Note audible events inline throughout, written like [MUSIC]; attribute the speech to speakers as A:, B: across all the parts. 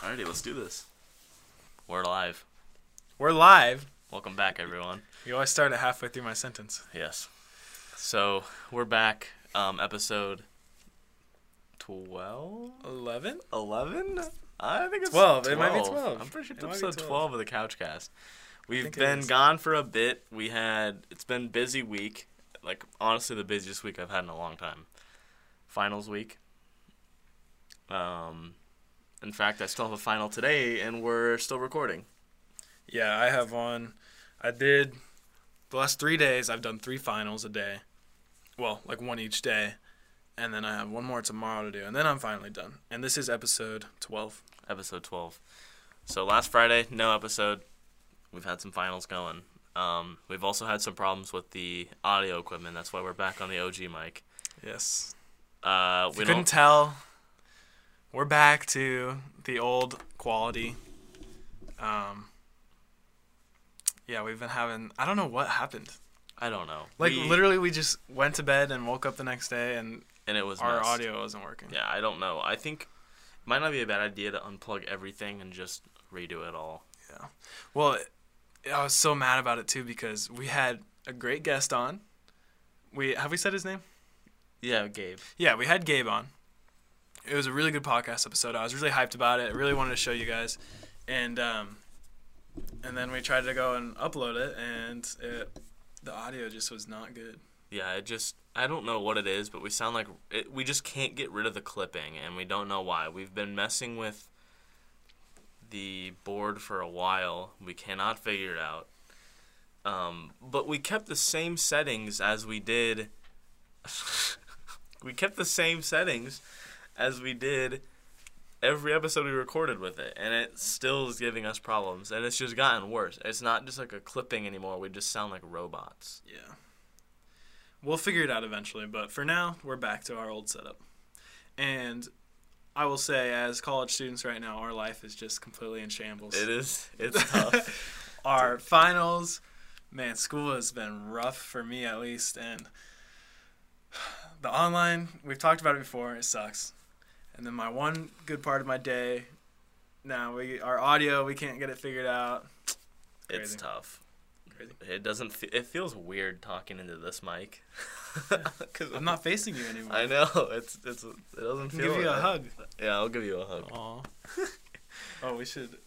A: Saturday. Let's do this. We're live.
B: We're live.
A: Welcome back, everyone.
B: You always start it halfway through my sentence.
A: Yes. So we're back. Um, episode 12?
B: 11?
A: 11? I think it's
B: 12. It might be 12.
A: I'm pretty sure it's
B: It might be
A: episode
B: 12.
A: 12 of the Couchcast. We've
B: think it
A: been
B: is.
A: gone for a bit. We had, it's been busy week. Like, honestly, the busiest week I've had in a long time. Finals week. Um, in fact, I still have a final today, and we're still recording.
B: Yeah, I have one. I did the last three days, I've done three finals a day. Well, like one each day. And then I have one more tomorrow to do. And then I'm finally done. And this is episode 12.
A: episode 12. So last Friday, no episode. We've had some finals going. Um, we've also had some problems with the audio equipment. That's why we're back on the OG mic.
B: Yes.
A: Uh,
B: If
A: we
B: you couldn't
A: don't.
B: tell, we're back to the old quality. Um, yeah, we've been having. I don't know what happened.
A: I don't know.
B: Like,
A: We-
B: literally, we just went to bed and woke up the next day and
A: and it was
B: our
A: messed.
B: audio wasn't working.
A: Yeah, I don't know. I think it might not be a bad idea to unplug everything and just redo it all.
B: Well, it- I was so mad about it too because we had a great guest on. We have we said his name?
A: Yeah, Gabe.
B: Yeah, we had Gabe on. It was a really good podcast episode. I was really hyped about it. I really wanted to show you guys, and um, and then we tried to go and upload it, and it, the audio just was not good.
A: Yeah, it just I don't know what it is, but we sound like it, we just can't get rid of the clipping, and we don't know why. We've been messing with the board for a while. We cannot figure it out. Um, but we kept the same settings as we did. [LAUGHS] we kept the same settings as we did every episode we recorded with it, and it still is giving us problems. And it's just gotten worse. It's not just like a clipping anymore. We just sound like robots.
B: Yeah. We'll figure it out eventually, but for now, we're back to our old setup. And I will say, as college students right now, our life is just completely in shambles. [LAUGHS]
A: It is. It's tough.
B: our finals. Man, school has been rough for me at least, and the online we've talked about it before. It sucks. And then my one good part of my day. Now we our audio we can't get it figured out.
A: It's
B: Crazy.
A: tough.
B: Crazy.
A: It doesn't. Fe- it feels weird talking into this mic. [LAUGHS] 'Cause
B: I'm not facing you anymore.
A: I know it's it's. It doesn't
B: I can
A: feel.
B: give you a
A: right.
B: hug.
A: Yeah, I'll give you a hug.
B: Aw. [LAUGHS] oh, we should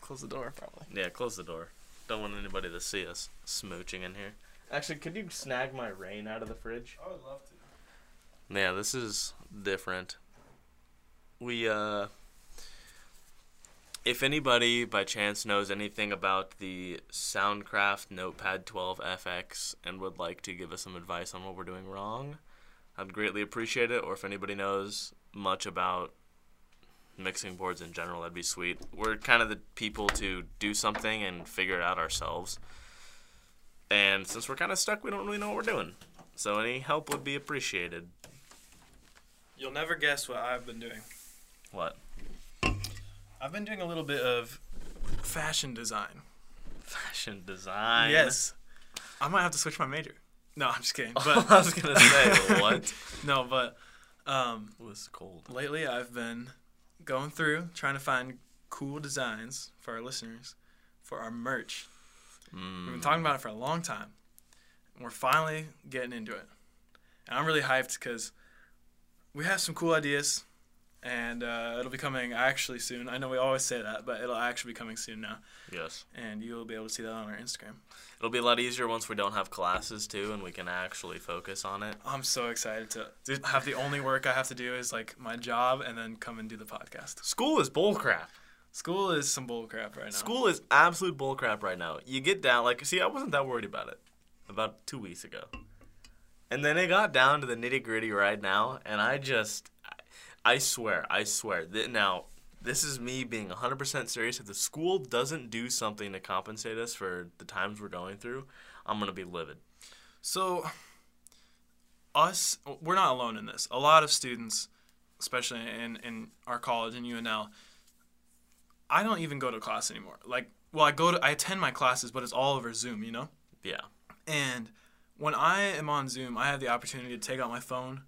B: close the door probably.
A: Yeah, close the door. Don't want anybody to see us smooching in here. Actually, could you snag my rain out of the fridge?
B: I would love to.
A: Yeah, this is different. We uh if anybody by chance knows anything about the Soundcraft Notepad 12 FX and would like to give us some advice on what we're doing wrong, I'd greatly appreciate it or if anybody knows much about mixing boards in general, that'd be sweet. We're kind of the people to do something and figure it out ourselves. And since we're kind of stuck, we don't really know what we're doing. So any help would be appreciated.
B: You'll never guess what I've been doing.
A: What? [LAUGHS]
B: I've been doing a little bit of fashion design.
A: Fashion design. [LAUGHS]
B: Yes. I might have to switch my major. No, I'm just kidding.
A: But
B: But
A: Oh, I was gonna
B: [LAUGHS]
A: say what?
B: no, but um,
A: Ooh, this is cold.
B: lately I've been going through trying to find cool designs for our listeners for our merch. We've been talking about it for a long time. And we're finally getting into it. And I'm really hyped because we have some cool ideas and uh, it'll be coming actually soon. I know we always say that, but it'll actually be coming soon now.
A: Yes.
B: And you'll be able to see that on our Instagram.
A: It'll be a lot easier once we don't have classes too, and we can actually focus on it.
B: I'm so excited to have the only work I have to do is like my job and then come and do the podcast.
A: School is bullcrap.
B: School is some bullcrap right now.
A: School is absolute bullcrap right now. You get down like see, I wasn't that worried about it about two weeks ago, and then it got down to the nitty gritty right now, and I just, I, I swear, I swear that now. This is me being 100% serious. If the school doesn't do something to compensate us for the times we're going through, I'm going to be livid.
B: So, us, we're not alone in this. A lot of students, especially in, in our college in UNL, I don't even go to class anymore. Like, well, I go to, I attend my classes, but it's all over Zoom, you know?
A: Yeah.
B: And when I am on Zoom, I have the opportunity to take out my phone.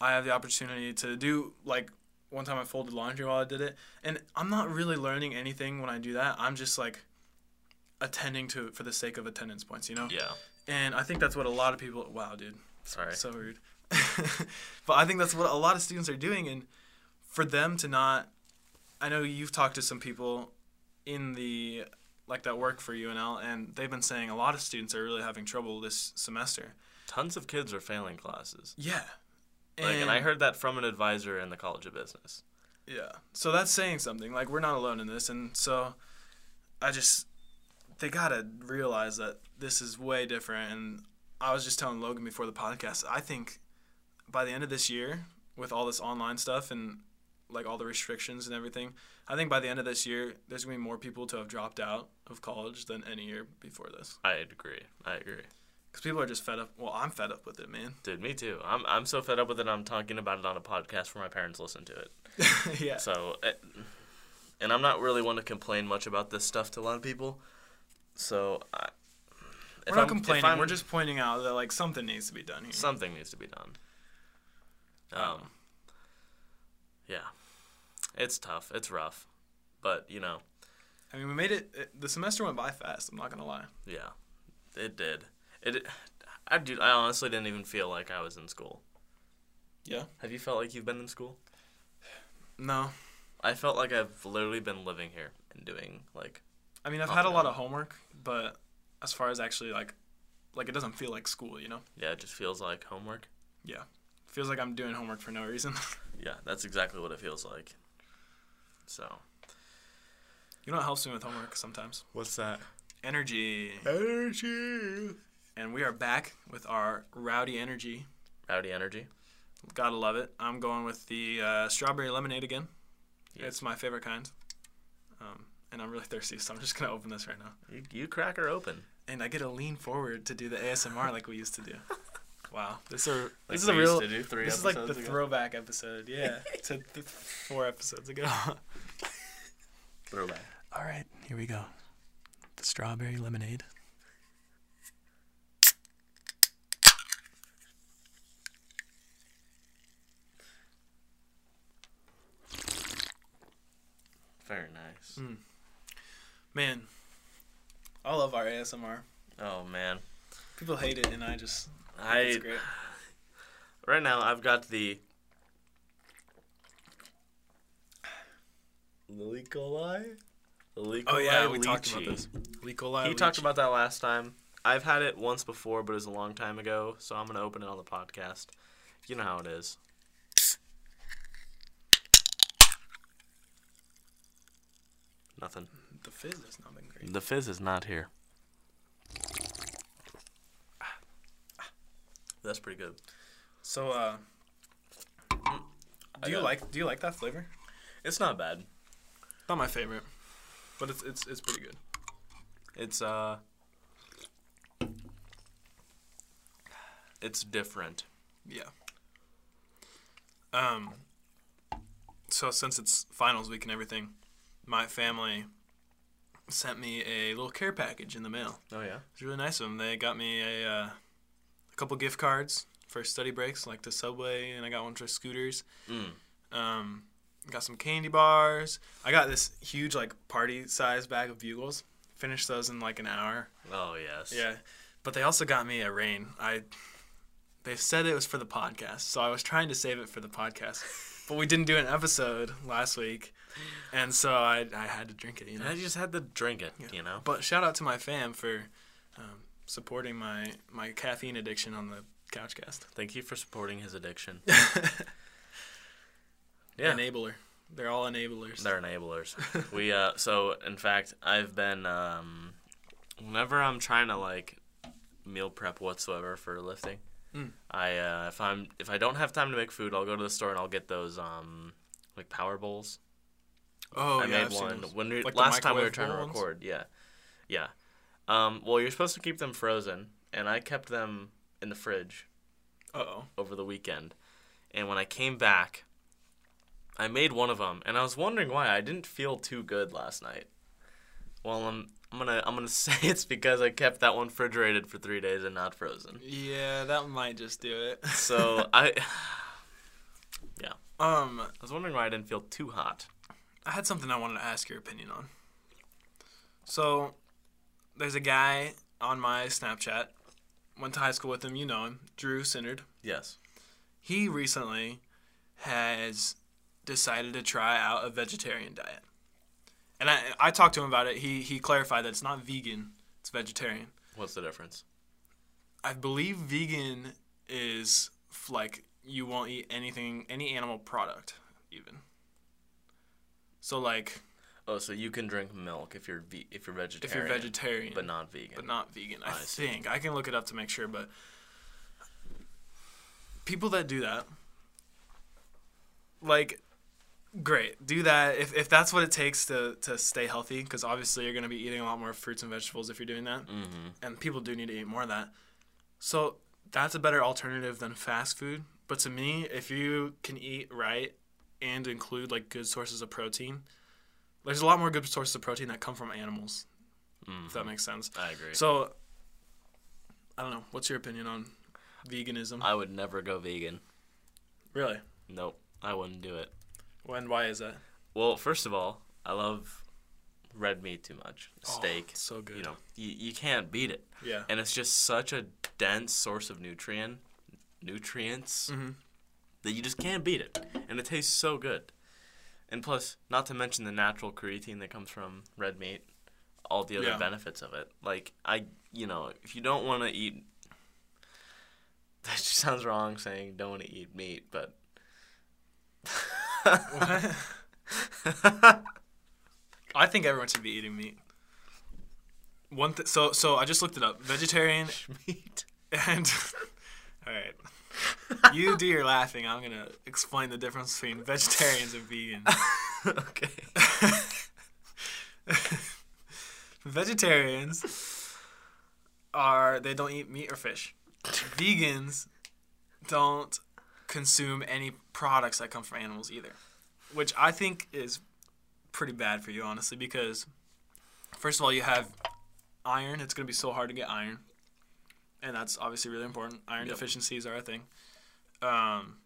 B: I have the opportunity to do like one time I folded laundry while I did it, and I'm not really learning anything when I do that. I'm just like attending to it for the sake of attendance points, you know.
A: Yeah.
B: And I think that's what a lot of people. Wow, dude.
A: Sorry.
B: So rude. [LAUGHS] but I think that's what a lot of students are doing, and for them to not, I know you've talked to some people in the like that work for UNL, and they've been saying a lot of students are really having trouble this semester.
A: Tons of kids are failing classes.
B: Yeah.
A: Like, and I heard that from an advisor in the College of Business.
B: Yeah. So that's saying something. Like we're not alone in this, and so I just they gotta realize that this is way different. And I was just telling Logan before the podcast. I think by the end of this year, with all this online stuff and like all the restrictions and everything, I think by the end of this year, there's gonna be more people to have dropped out of college than any year before this.
A: I agree. I agree.
B: Because people are just fed up. Well, I'm fed up with it, man. [LAUGHS]
A: Dude, me too. I'm I'm so fed up with it. I'm talking about it on a podcast where my parents listen to it.
B: yeah.
A: So, eh, and I'm not really one to complain much about this stuff to a lot of people. So, I, if
B: We're
A: I'm- if
B: not complaining.
A: I'm-
B: We're just pointing out that like something needs to be done here.
A: something needs to be done.
B: Oh.
A: Um, yeah, it's tough. It's rough, but you know,
B: I mean, we made it, it. The semester went by fast. I'm not gonna lie.
A: yeah, it did. It. I dude, I honestly didn't even feel like I was in school.
B: Yeah.
A: Have you felt like you've been in school?
B: No,
A: I felt like I've literally been living here and doing like
B: I mean I've
A: Not
B: had a
A: bad.
B: lot of homework, but as far as actually like, like it doesn't feel like school. You know,
A: yeah, it just feels like homework.
B: feels like I'm doing homework for no reason. [LAUGHS]
A: Yeah, that's exactly what it feels like. So
B: you know what helps me with homework sometimes?
A: what's that?
B: Energy.
A: Energy.
B: And we are back with our rowdy energy.
A: Rowdy energy.
B: Gotta love it. I'm going with the uh, strawberry lemonade again.
A: Yes.
B: It's my favorite kind. Um, and I'm really [LAUGHS] thirsty, so I'm just gonna open this right now.
A: You, you crack her open.
B: And I get to lean forward to do the ASMR like we used to do. Wow, this is
A: Like
B: this is a
A: we used
B: real
A: to do three
B: This is like the
A: episodes ago.
B: throwback episode, yeah, to th- four episodes ago.
A: throwback.
B: [LAUGHS] All right, here we go. The strawberry lemonade.
A: Very nice.
B: Mm. Man, I love our ASMR.
A: Oh man,
B: People hate it, and I just it's
A: I
B: great.
A: right now I've got the Lily coli. Lily
B: Oh yeah,
A: coli
B: we talked about
A: lychee.
B: this. Licola.
A: He talked about that last time. I've had it once before, but it was a long time ago, so I'm gonna open it on the podcast. You know how it is. Nothing.
B: the fizz is nothing great.
A: The fizz is not here. That's pretty good.
B: So, uh,
A: I
B: do you
A: got it.
B: like do you like that flavor?
A: It's not bad.
B: Not my favorite, but it's it's it's pretty good.
A: It's uh It's different.
B: Yeah. Um. So since it's finals week and everything, my family sent me a little care package in the mail.
A: Oh yeah.
B: It's really nice of them. They got me a, uh, a couple gift cards for study breaks, like the subway, and I got one for scooters.
A: Mm.
B: Um, got some candy bars. I got this huge like party size bag of bugles. Finished those in like an hour.
A: Oh yes.
B: Yeah, but they also got me a rain. I they said it was for the podcast, so I was trying to save it for the podcast, but we didn't do an episode last week, and so I I had to drink it. You know.
A: I just had to drink it, you know.
B: But shout out to my fam for um, supporting my my caffeine addiction on the Couchcast.
A: Thank you for supporting his addiction.
B: Yeah.
A: [LAUGHS] Yeah.
B: Enabler. They're all enablers.
A: They're enablers. we uh so in fact I've been um whenever I'm trying to like meal prep whatsoever for lifting,
B: Mm.
A: I uh if I'm if I don't have time to make food, I'll go to the store and I'll get those um like power bowls.
B: oh
A: I
B: yeah,
A: made
B: I've seen
A: one
B: those.
A: when we,
B: Like the
A: last time we were
B: microwave
A: trying to
B: bowl ones?
A: record. Yeah, yeah. Um, well, you're supposed to keep them frozen, and I kept them in the fridge
B: Uh-oh.
A: over the weekend. And when I came back, I made one of them, and I was wondering why I didn't feel too good last night. Well, I'm I'm gonna I'm gonna [LAUGHS] say it's because I kept that one refrigerated for three days and not frozen. [LAUGHS]
B: Yeah, that might just do it.
A: So I, yeah,
B: [LAUGHS] Um,
A: I was wondering why I didn't feel too hot.
B: I had something I wanted to ask your opinion on. So, there's a guy on my Snapchat. Went to high school with him. You know him, Drew Sinnard.
A: Yes.
B: He recently has decided to try out a vegetarian diet. And I, I talked to him about it. He he clarified that it's not vegan; it's vegetarian.
A: What's the difference?
B: I believe vegan is f- like you won't eat anything, any animal product, even. So like,
A: Oh, so you can drink milk if you're ve- if you're vegetarian.
B: if you're vegetarian,
A: but not vegan.
B: but not vegan. I,
A: I see.
B: think I can look it up to make sure, but people that do that, like, great, do that if if that's what it takes to to stay healthy, because obviously you're gonna be eating a lot more fruits and vegetables if you're doing that,
A: mm-hmm.
B: and people do need to eat more of that. So that's a better alternative than fast food. But to me, if you can eat right and include like good sources of protein, there's a lot more good sources of protein that come from animals. If
A: Mm-hmm.
B: that makes sense.
A: I agree.
B: So, I don't know. What's your opinion on veganism?
A: I would never go vegan.
B: really? Oh,
A: Nope, I wouldn't do it.
B: When? Why is that?
A: Well, first of all, I love red meat too much. Steak,
B: it's so good. Uh-huh.
A: You know, you, you can't beat it, [LAUGHS]
B: Yeah.
A: and it's just such a dense source of nutrient nutrients
B: Mhm.
A: that you just can't beat it, and it tastes so good. And plus, not to mention the natural creatine that comes from red meat, all the other
B: Yeah.
A: benefits of it. Like I, you know, if you don't want to eat, [LAUGHS] that just sounds wrong saying don't want to eat meat, but. [LAUGHS]
B: What? I think everyone should be eating meat. One th- so so I just looked it up. Vegetarian [LAUGHS]
A: meat.
B: and [LAUGHS] all right. You do your laughing. I'm gonna explain the difference between vegetarians and vegans.
A: okay.
B: Vegetarians are they don't eat meat or fish. Vegans don't consume any products that come from animals either, which I think is pretty bad for you honestly because first of all you have iron, it's going to be so hard to get iron. And that's obviously really important. Iron
A: Yep.
B: deficiencies are a thing. Um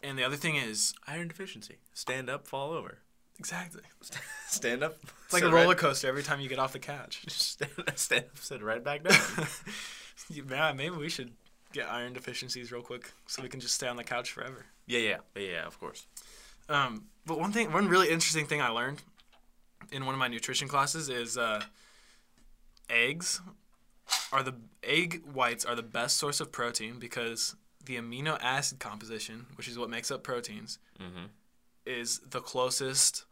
B: and the other thing is
A: [LAUGHS] Iron deficiency. Stand up, fall
B: [LAUGHS]
A: over.
B: exactly.
A: Stand [LAUGHS] up.
B: It's like a
A: sit
B: roller
A: right-
B: coaster every time you get off the couch.
A: Stand, [LAUGHS] stand up, sit right back down.
B: [LAUGHS] yeah, maybe we should get iron deficiencies real quick so we can just stay on the couch forever.
A: yeah, yeah, yeah, yeah. Of course.
B: Um, but one thing, one really interesting thing I learned in one of my nutrition classes is uh, eggs are the egg whites are the best source of protein because the amino acid composition, which is what makes up proteins,
A: Mm-hmm.
B: is the closest.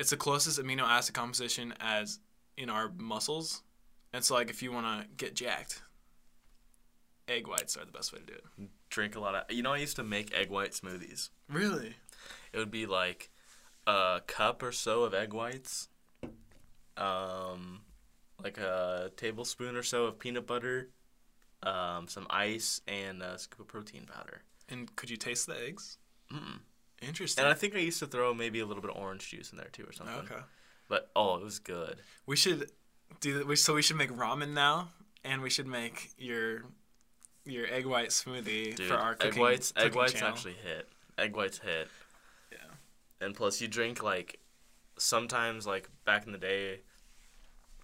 B: It's the closest amino acid composition as in our muscles, and so like if you want to get jacked, egg whites are the best way to do it.
A: Drink a lot of. You know, I used to make egg white smoothies.
B: Really?
A: It would be like a cup or so of egg whites, um, like a tablespoon or so of peanut butter, um, some ice, and a scoop of protein powder.
B: And could you taste the eggs?
A: Mm.
B: Interesting.
A: And I think I used to throw maybe a little bit of orange juice in there too or something.
B: okay.
A: But oh, it was good.
B: We should do that. We, so we should make ramen now, and we should make your your egg white smoothie
A: Dude,
B: for our cooking,
A: egg whites, egg
B: cooking
A: whites
B: channel.
A: actually hit. Egg whites hit.
B: Yeah.
A: And plus, you drink like sometimes like back in the day,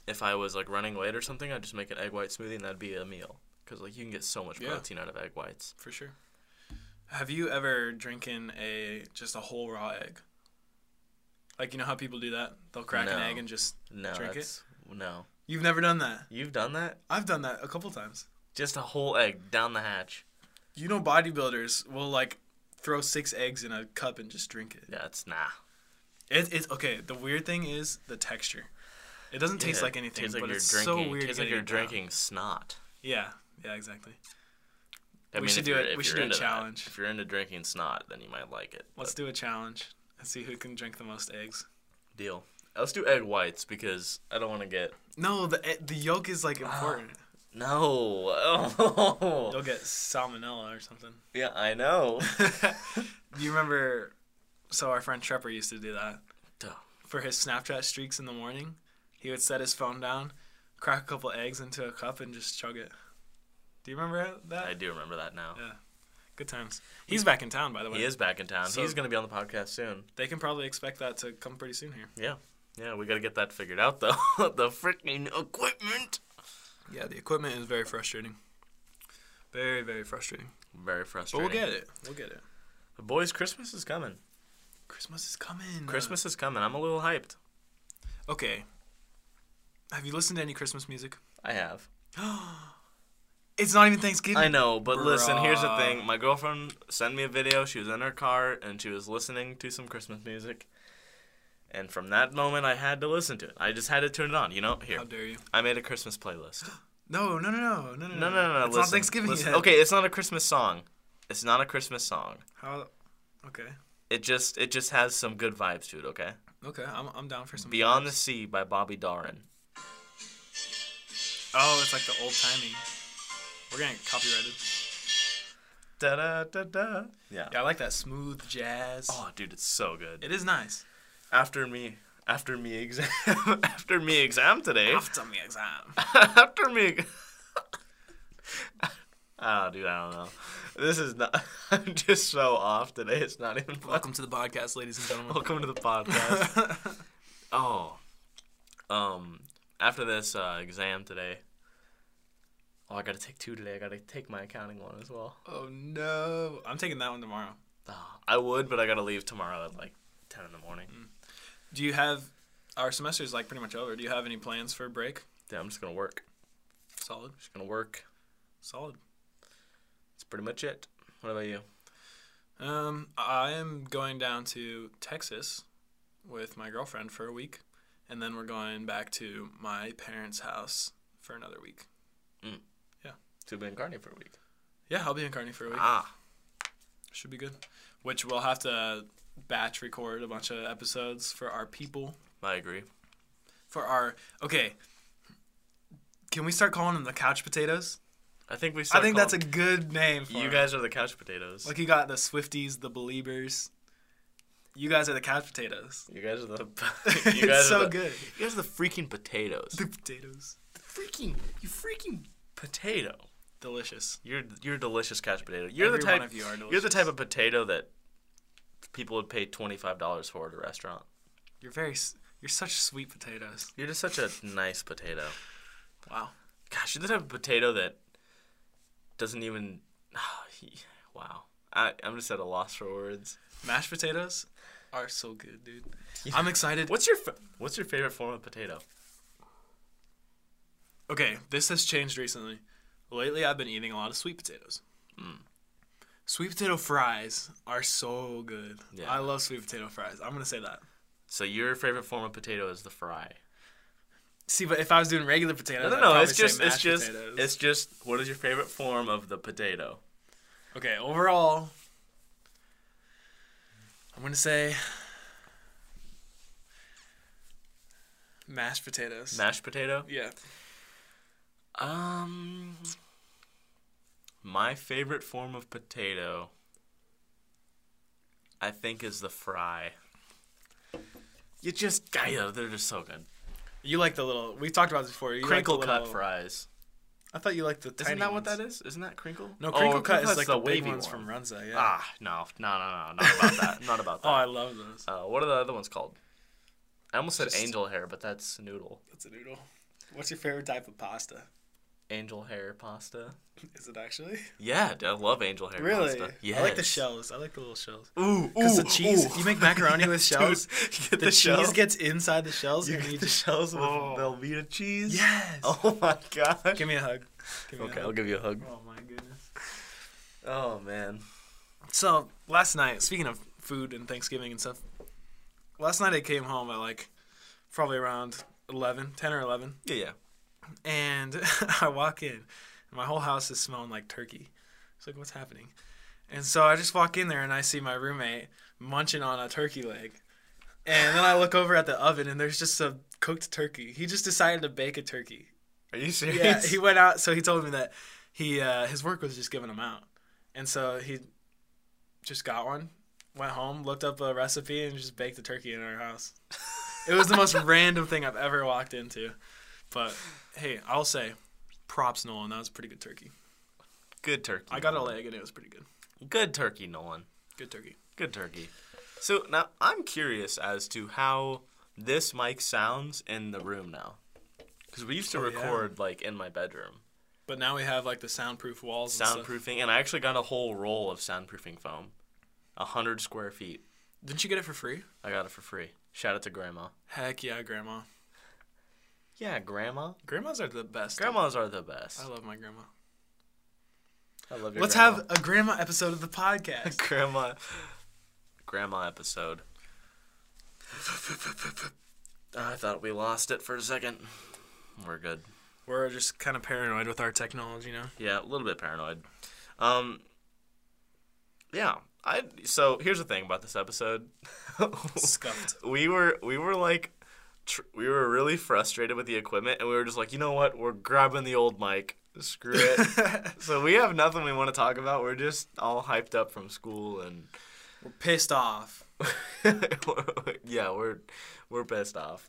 A: if I was like running late or something, I'd just make an egg white smoothie and that'd be a meal because like you can get so much
B: Yeah.
A: protein out of egg whites.
B: for sure. Have you ever drinking a just a whole raw egg? Like you know how people do that? They'll crack an
A: No.
B: egg and just.
A: No,
B: Drink it?
A: that's no.
B: You've never done that.
A: You've done that?
B: I've done that a couple times.
A: Just a whole egg down the hatch.
B: You know, bodybuilders will like throw six eggs in a cup and just drink it.
A: Yeah, it's nah.
B: It, it's okay. The weird thing is the texture. It doesn't taste
A: Yeah,
B: like anything,
A: Tastes like
B: but
A: you're
B: it's
A: drinking.
B: so weird.
A: tastes
B: to
A: like
B: get
A: you're
B: it down.
A: drinking snot.
B: Yeah, yeah, exactly.
A: I
B: We
A: mean,
B: should
A: if
B: do
A: you're-
B: it-
A: if
B: we should
A: you're
B: do a
A: into that-
B: challenge.
A: if you're into drinking snot, then you might like it.
B: Let's do a challenge and see who can drink the most eggs.
A: Deal. Let's do egg whites because I don't want to get.
B: No, the e- the yolk is like important.
A: No. [LAUGHS] Oh.
B: You'll get salmonella or [LAUGHS] something.
A: Yeah, I
B: [LAUGHS]
A: know.
B: You remember? So our friend Trevor used to do that
A: Duh.
B: for his Snapchat streaks in the morning. He would set his phone down, crack a couple eggs into a cup, and just chug it. Do you remember that?
A: I do remember that now.
B: Yeah. Good times. He's back in town, by the way.
A: He is back in town.
B: So-
A: He's going to be on the podcast soon.
B: They can probably expect that to come pretty soon here.
A: Yeah. Yeah, we got to get that figured out, though. [LAUGHS] the freaking equipment.
B: Yeah, the equipment is very frustrating. Very, very frustrating.
A: Very
B: But
A: frustrating.
B: we'll get it. We'll get it.
A: But boys, Christmas is coming.
B: Christmas is coming.
A: Christmas is coming. I'm a little hyped.
B: Okay. Have you listened to any Christmas music? [GASPS]
A: I have.
B: It's not even Thanksgiving.
A: I know, but listen, here's the
B: Bruh.
A: thing. My girlfriend sent me a video. She was in her car and she was listening to some Christmas music. And from that moment, I had to listen to it. I just had to turn it on. You know, here.
B: How dare you?
A: I made a Christmas [LAUGHS] playlist.
B: No, no, no, no, no, no,
A: No, no, no, no.
B: It's
A: listen,
B: not Thanksgiving
A: listen.
B: yet.
A: Okay, it's not a Christmas song. It's not a Christmas song.
B: How? Okay.
A: It just it just has some good vibes to it, okay?
B: Okay. I'm, I'm down for some.
A: Beyond the Sea by Bobby Darin.
B: Oh, it's like the old timey. We're getting copyrighted.
A: Da da da da. Yeah.
B: Yeah, I like that smooth jazz.
A: Oh, dude, it's so good.
B: It is nice.
A: after me after me exam [LAUGHS] after me exam today
B: After me exam.
A: [LAUGHS] after me [LAUGHS] oh dude i don't know this is not [LAUGHS] i'm just so off today it's not even [LAUGHS] fun.
B: [LAUGHS] Welcome to the podcast, ladies and gentlemen.
A: welcome to the podcast oh um after this uh, exam today oh i gotta take two today i gotta take my accounting one as well
B: oh no! I'm taking that one tomorrow.
A: oh, i would but i gotta leave tomorrow at like 10 in the morning
B: Mm. Do you have our semester's like pretty much over? Do you have any plans for a break?
A: yeah i'm just gonna work
B: Solid,
A: just gonna work
B: solid.
A: that's pretty much it what about you
B: Um, I am going down to Texas with my girlfriend for a week, and then we're going back to my parents' house for another week.
A: to be in Carney for a week
B: Yeah, I'll be in Kearney for a week.
A: Ah,
B: Should be good. Which we'll have to batch record a bunch of episodes for our people.
A: I agree.
B: For our okay. Can we start calling them the couch potatoes?
A: I think we.
B: I think that's a good name for
A: You
B: 'em.
A: guys are the couch potatoes.
B: Like you got the Swifties, the Believers. You guys are the couch potatoes.
A: you guys are
B: [LAUGHS]
A: the.
B: it's
A: [LAUGHS] you guys
B: so
A: are the,
B: good.
A: You guys are the freaking potatoes.
B: The potatoes.
A: freaking you freaking potato.
B: Delicious.
A: You're you're a delicious couch potato. You're the
B: Every
A: type
B: one of you are
A: You're the
B: delicious.
A: type of potato that people would pay twenty five dollars for at a restaurant.
B: You're very s- you're such sweet potatoes.
A: You're just
B: [LAUGHS]
A: such a nice potato.
B: Wow.
A: Gosh, you're the type of potato that doesn't even. [SIGHS] wow. I, I'm just at a loss for words.
B: Mashed potatoes are so good, dude. I'm excited.
A: What's your fa- What's your favorite form of potato?
B: Okay, this has changed recently. Lately, I've been eating a lot of sweet potatoes.
A: Hmm.
B: Sweet potato fries are so good.
A: Yeah.
B: I love sweet potato fries. I'm gonna say that.
A: So your favorite form of potato is the fry.
B: See, but if I was doing regular potatoes,
A: No, no, no.
B: I'd probably
A: It's
B: say
A: just, it's
B: mashed
A: just,
B: potatoes.
A: it's just. What is your favorite form of the potato?
B: okay. Overall, I'm gonna say mashed potatoes.
A: Mashed potato.
B: yeah,
A: Um, my favorite form of potato, I think, is the fry. You just, I know, they're just so good.
B: you like the little. We talked about this before. You like the
A: crinkle cut
B: little-
A: fries.
B: I thought you liked the.
A: Isn't that what that is? Isn't that crinkle?
B: No,
A: Oh,
B: crinkle cut is like the, big
A: wavy
B: ones
A: one.
B: from Runza. Yeah.
A: Ah, no, no, no, no, not about that. Not about that.
B: [LAUGHS] Oh, I love those.
A: Uh, what are the other ones called? I almost said
B: Just-
A: angel hair, but that's noodle.
B: That's a noodle. What's your favorite type of pasta? [LAUGHS]
A: Angel hair pasta.
B: Is it actually?
A: Yeah, dude, I love angel hair pasta.
B: I like the
A: Yes.
B: shells. I like the little shells.
A: Ooh,
B: Because the
A: ooh,
B: cheese,
A: ooh.
B: if you
A: [LAUGHS]
B: make macaroni with
A: Dude,
B: shells,
A: you [LAUGHS] get
B: the,
A: the,
B: cheese
A: shells.
B: gets inside the shells.
A: you
B: and you
A: get the
B: just,
A: shells with
B: Oh.
A: Velveeta cheese.
B: yes.
A: Oh my gosh.
B: Give me a hug. Give me
A: Okay,
B: A
A: I'll
B: hug.
A: give you a hug.
B: Oh my goodness.
A: Oh man.
B: So last night, speaking of food and Thanksgiving and stuff, last night I came home at like probably around 11, 10 or 11,
A: Yeah, yeah.
B: and [LAUGHS] I walk in, and my whole house is smelling like turkey. It's like, what's happening? And so I just walk in there and I see my roommate munching on a turkey leg. And then I look over at the oven and there's just a cooked turkey. He just decided to bake a turkey.
A: Are you
B: Yeah,
A: serious?
B: he went out. So he told me that he uh, his work was just giving him out, and so he just got one, went home, looked up a recipe, and just baked a turkey in our house. it was the most
A: [LAUGHS]
B: random thing I've ever walked into, but hey, I'll say, props Nolan. That was a pretty good turkey.
A: [LAUGHS] Good turkey.
B: I got a
A: Nolan.
B: leg and it was pretty good.
A: Good turkey, Nolan.
B: Good turkey.
A: Good turkey. So now I'm curious as to how this mic sounds in the room now. Because we used to
B: Oh, yeah.
A: record like in my bedroom,
B: But now we have like the soundproof walls. And stuff.
A: soundproofing, and I actually got a whole roll of soundproofing foam, a hundred square feet.
B: Didn't you get it for free?
A: I got it for free. Shout out to Grandma.
B: Heck yeah, grandma.
A: Yeah, Grandma.
B: Grandmas are the best.
A: Grandmas are the best.
B: I love my grandma.
A: I love your
B: Let's
A: grandma.
B: have a grandma episode of the
A: [LAUGHS]
B: podcast.
A: grandma grandma episode. [LAUGHS] I thought we lost it for a second. We're good.
B: We're just kind of paranoid with our technology [LAUGHS] now.
A: Yeah, a little bit paranoid. Um Yeah, I so here's the thing about this [LAUGHS] episode.
B: Scuffed. [LAUGHS]
A: we were we were like tr- we were really frustrated with the equipment and we were just like, "You know what? We're grabbing the old mic. Screw [LAUGHS] it."
B: We're
A: so we have nothing we want to talk about. We're just all hyped up from school and
B: pissed off.
A: [LAUGHS] yeah, we're we're pissed off.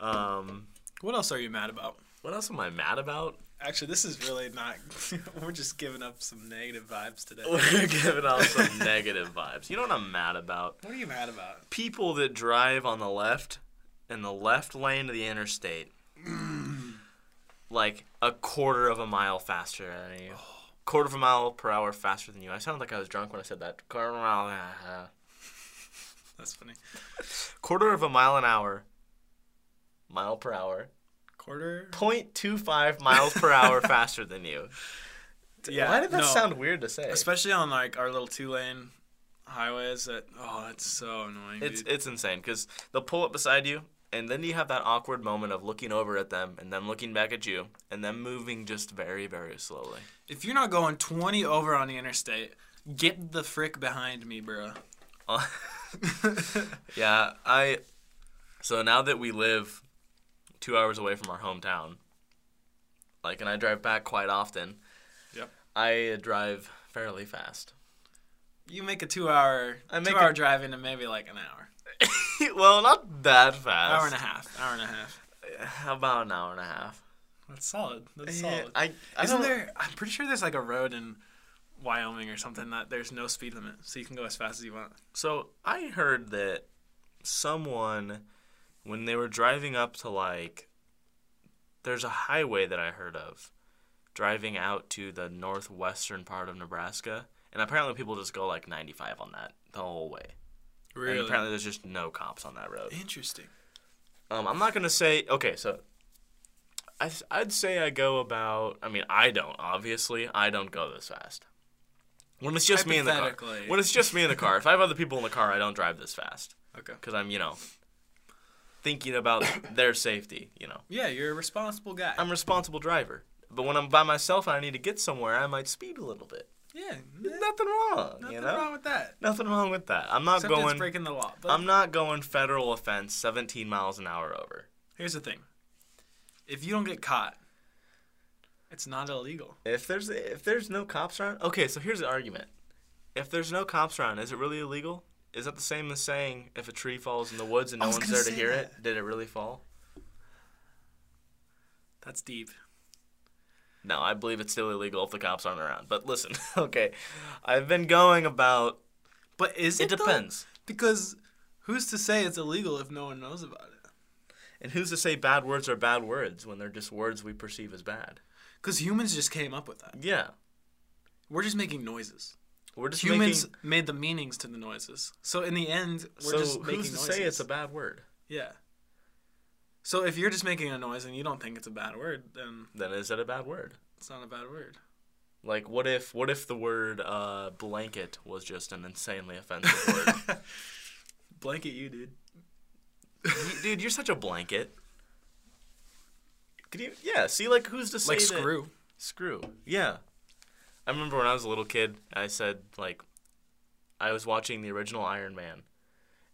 A: Um,
B: What else are you mad about?
A: what else am I mad about? [LAUGHS]
B: Actually, this is really not. [LAUGHS] we're just giving up some negative vibes today.
A: We're giving off
B: [LAUGHS]
A: some negative vibes. You know what I'm mad about?
B: What are you mad about?
A: People that drive on the left in the left lane of the interstate, like a quarter of a mile faster than you. Quarter of a mile per hour faster than you. I sounded like I was drunk when I said that. Quarter of a mile, uh,
B: That's funny.
A: quarter of a mile an hour, mile per hour.
B: Quarter.
A: 0.25 miles per hour faster than you.
B: Yeah,
A: Why did that
B: no.
A: sound weird to say?
B: Especially on like our little two lane highways. That oh, it's so annoying.
A: It's
B: dude.
A: it's insane because they'll pull up beside you, and then you have that awkward moment of looking over at them and them looking back at you, and them moving just very very slowly. [LAUGHS]
B: If you're not going 20 over on the interstate, get the frick behind me, bro.
A: [LAUGHS] yeah, I. So now that we live two hours away from our hometown, like, and I drive back quite often.
B: Yep.
A: I drive fairly fast. [LAUGHS]
B: You make a two-hour,
A: I make
B: two-hour
A: a-
B: drive into maybe like an hour,
A: well, not that fast.
B: hour and a half, hour and a half.
A: About an hour and a half.
B: That's solid. That's
A: Yeah,
B: solid.
A: I, I
B: Isn't
A: don't-
B: there? I'm pretty sure there's like a road in Wyoming or something that there's no speed limit, so you can go as fast as you want.
A: So I heard that someone, when they were driving up to like, there's a highway that I heard of, driving out to the northwestern part of Nebraska, and apparently people just go like 95 on that the whole way. And apparently there's just no cops on that road.
B: Interesting.
A: Um, I'm not gonna say okay. So, I I'd say I go about. I mean, I don't. Obviously, I don't go this fast. When it's just me in the car.
B: Hypothetically.
A: When it's just me in the car. If I have other people in the car, I don't drive this fast
B: Okay.
A: because I'm you know thinking about [COUGHS] their safety. You know,
B: Yeah, you're a responsible guy.
A: I'm a responsible driver. But when I'm by myself and I need to get somewhere, I might speed a little bit.
B: yeah,
A: There's nothing wrong.
B: nothing
A: you know,
B: wrong with that.
A: nothing wrong with that. I'm not
B: Except it's
A: going.
B: breaking the law. But
A: I'm not going federal offense 17 miles an hour over.
B: here's the thing: if you don't get caught, it's not illegal.
A: If there's if there's no cops around, okay. So here's the argument: if there's no cops around, is it really illegal? Is that the same as saying if a tree falls in the woods and
B: I
A: no
B: was
A: one's
B: gonna
A: there to
B: say
A: hear
B: that.
A: it, did it really fall?
B: That's deep.
A: No, I believe it's still illegal if the cops aren't around. But listen, [LAUGHS] okay, I've been going about.
B: But is
A: It
B: it, though?
A: depends.
B: Because who's to say it's illegal if no one knows about it?
A: And who's to say bad words are bad words when they're just words we perceive as bad?
B: Because humans just came up with that.
A: Yeah,
B: We're just making noises.
A: we're just
B: humans
A: making.
B: made the meanings to the noises. So in the end, we're
A: so
B: just making
A: who's to
B: noises.
A: say it's a bad word?
B: yeah. So if you're just making a noise and you don't think it's a bad word, then
A: Then is it a bad word?
B: it's not a
A: [LAUGHS]
B: bad word.
A: Like, what if what if the word uh, blanket was just an insanely offensive word?
B: [LAUGHS] Blanket you, dude.
A: You- dude, you're such a blanket. Could you? Yeah. See, like, who's to say
B: Like
A: that-
B: screw.
A: Screw. Yeah. I remember when I was a little kid, I said like, I was watching the original Iron Man,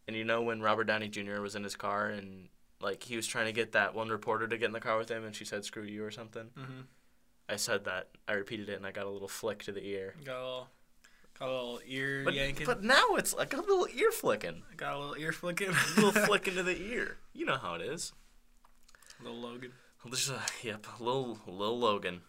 A: and you know when Robert Downey Jr. was in his car and like he was trying to get that one reporter to get in the car with him, and she said "screw you" or something.
B: Mhm.
A: I said that. I repeated it, and I got a little flick to the ear.
B: Got a little, got a little ear
A: But,
B: yanking.
A: but now it's like a little ear flicking,
B: got a little ear flicking.
A: a [LAUGHS]
B: [LAUGHS]
A: little flick into the ear. You know how it is.
B: little Logan.
A: There's a, yep, little little Logan.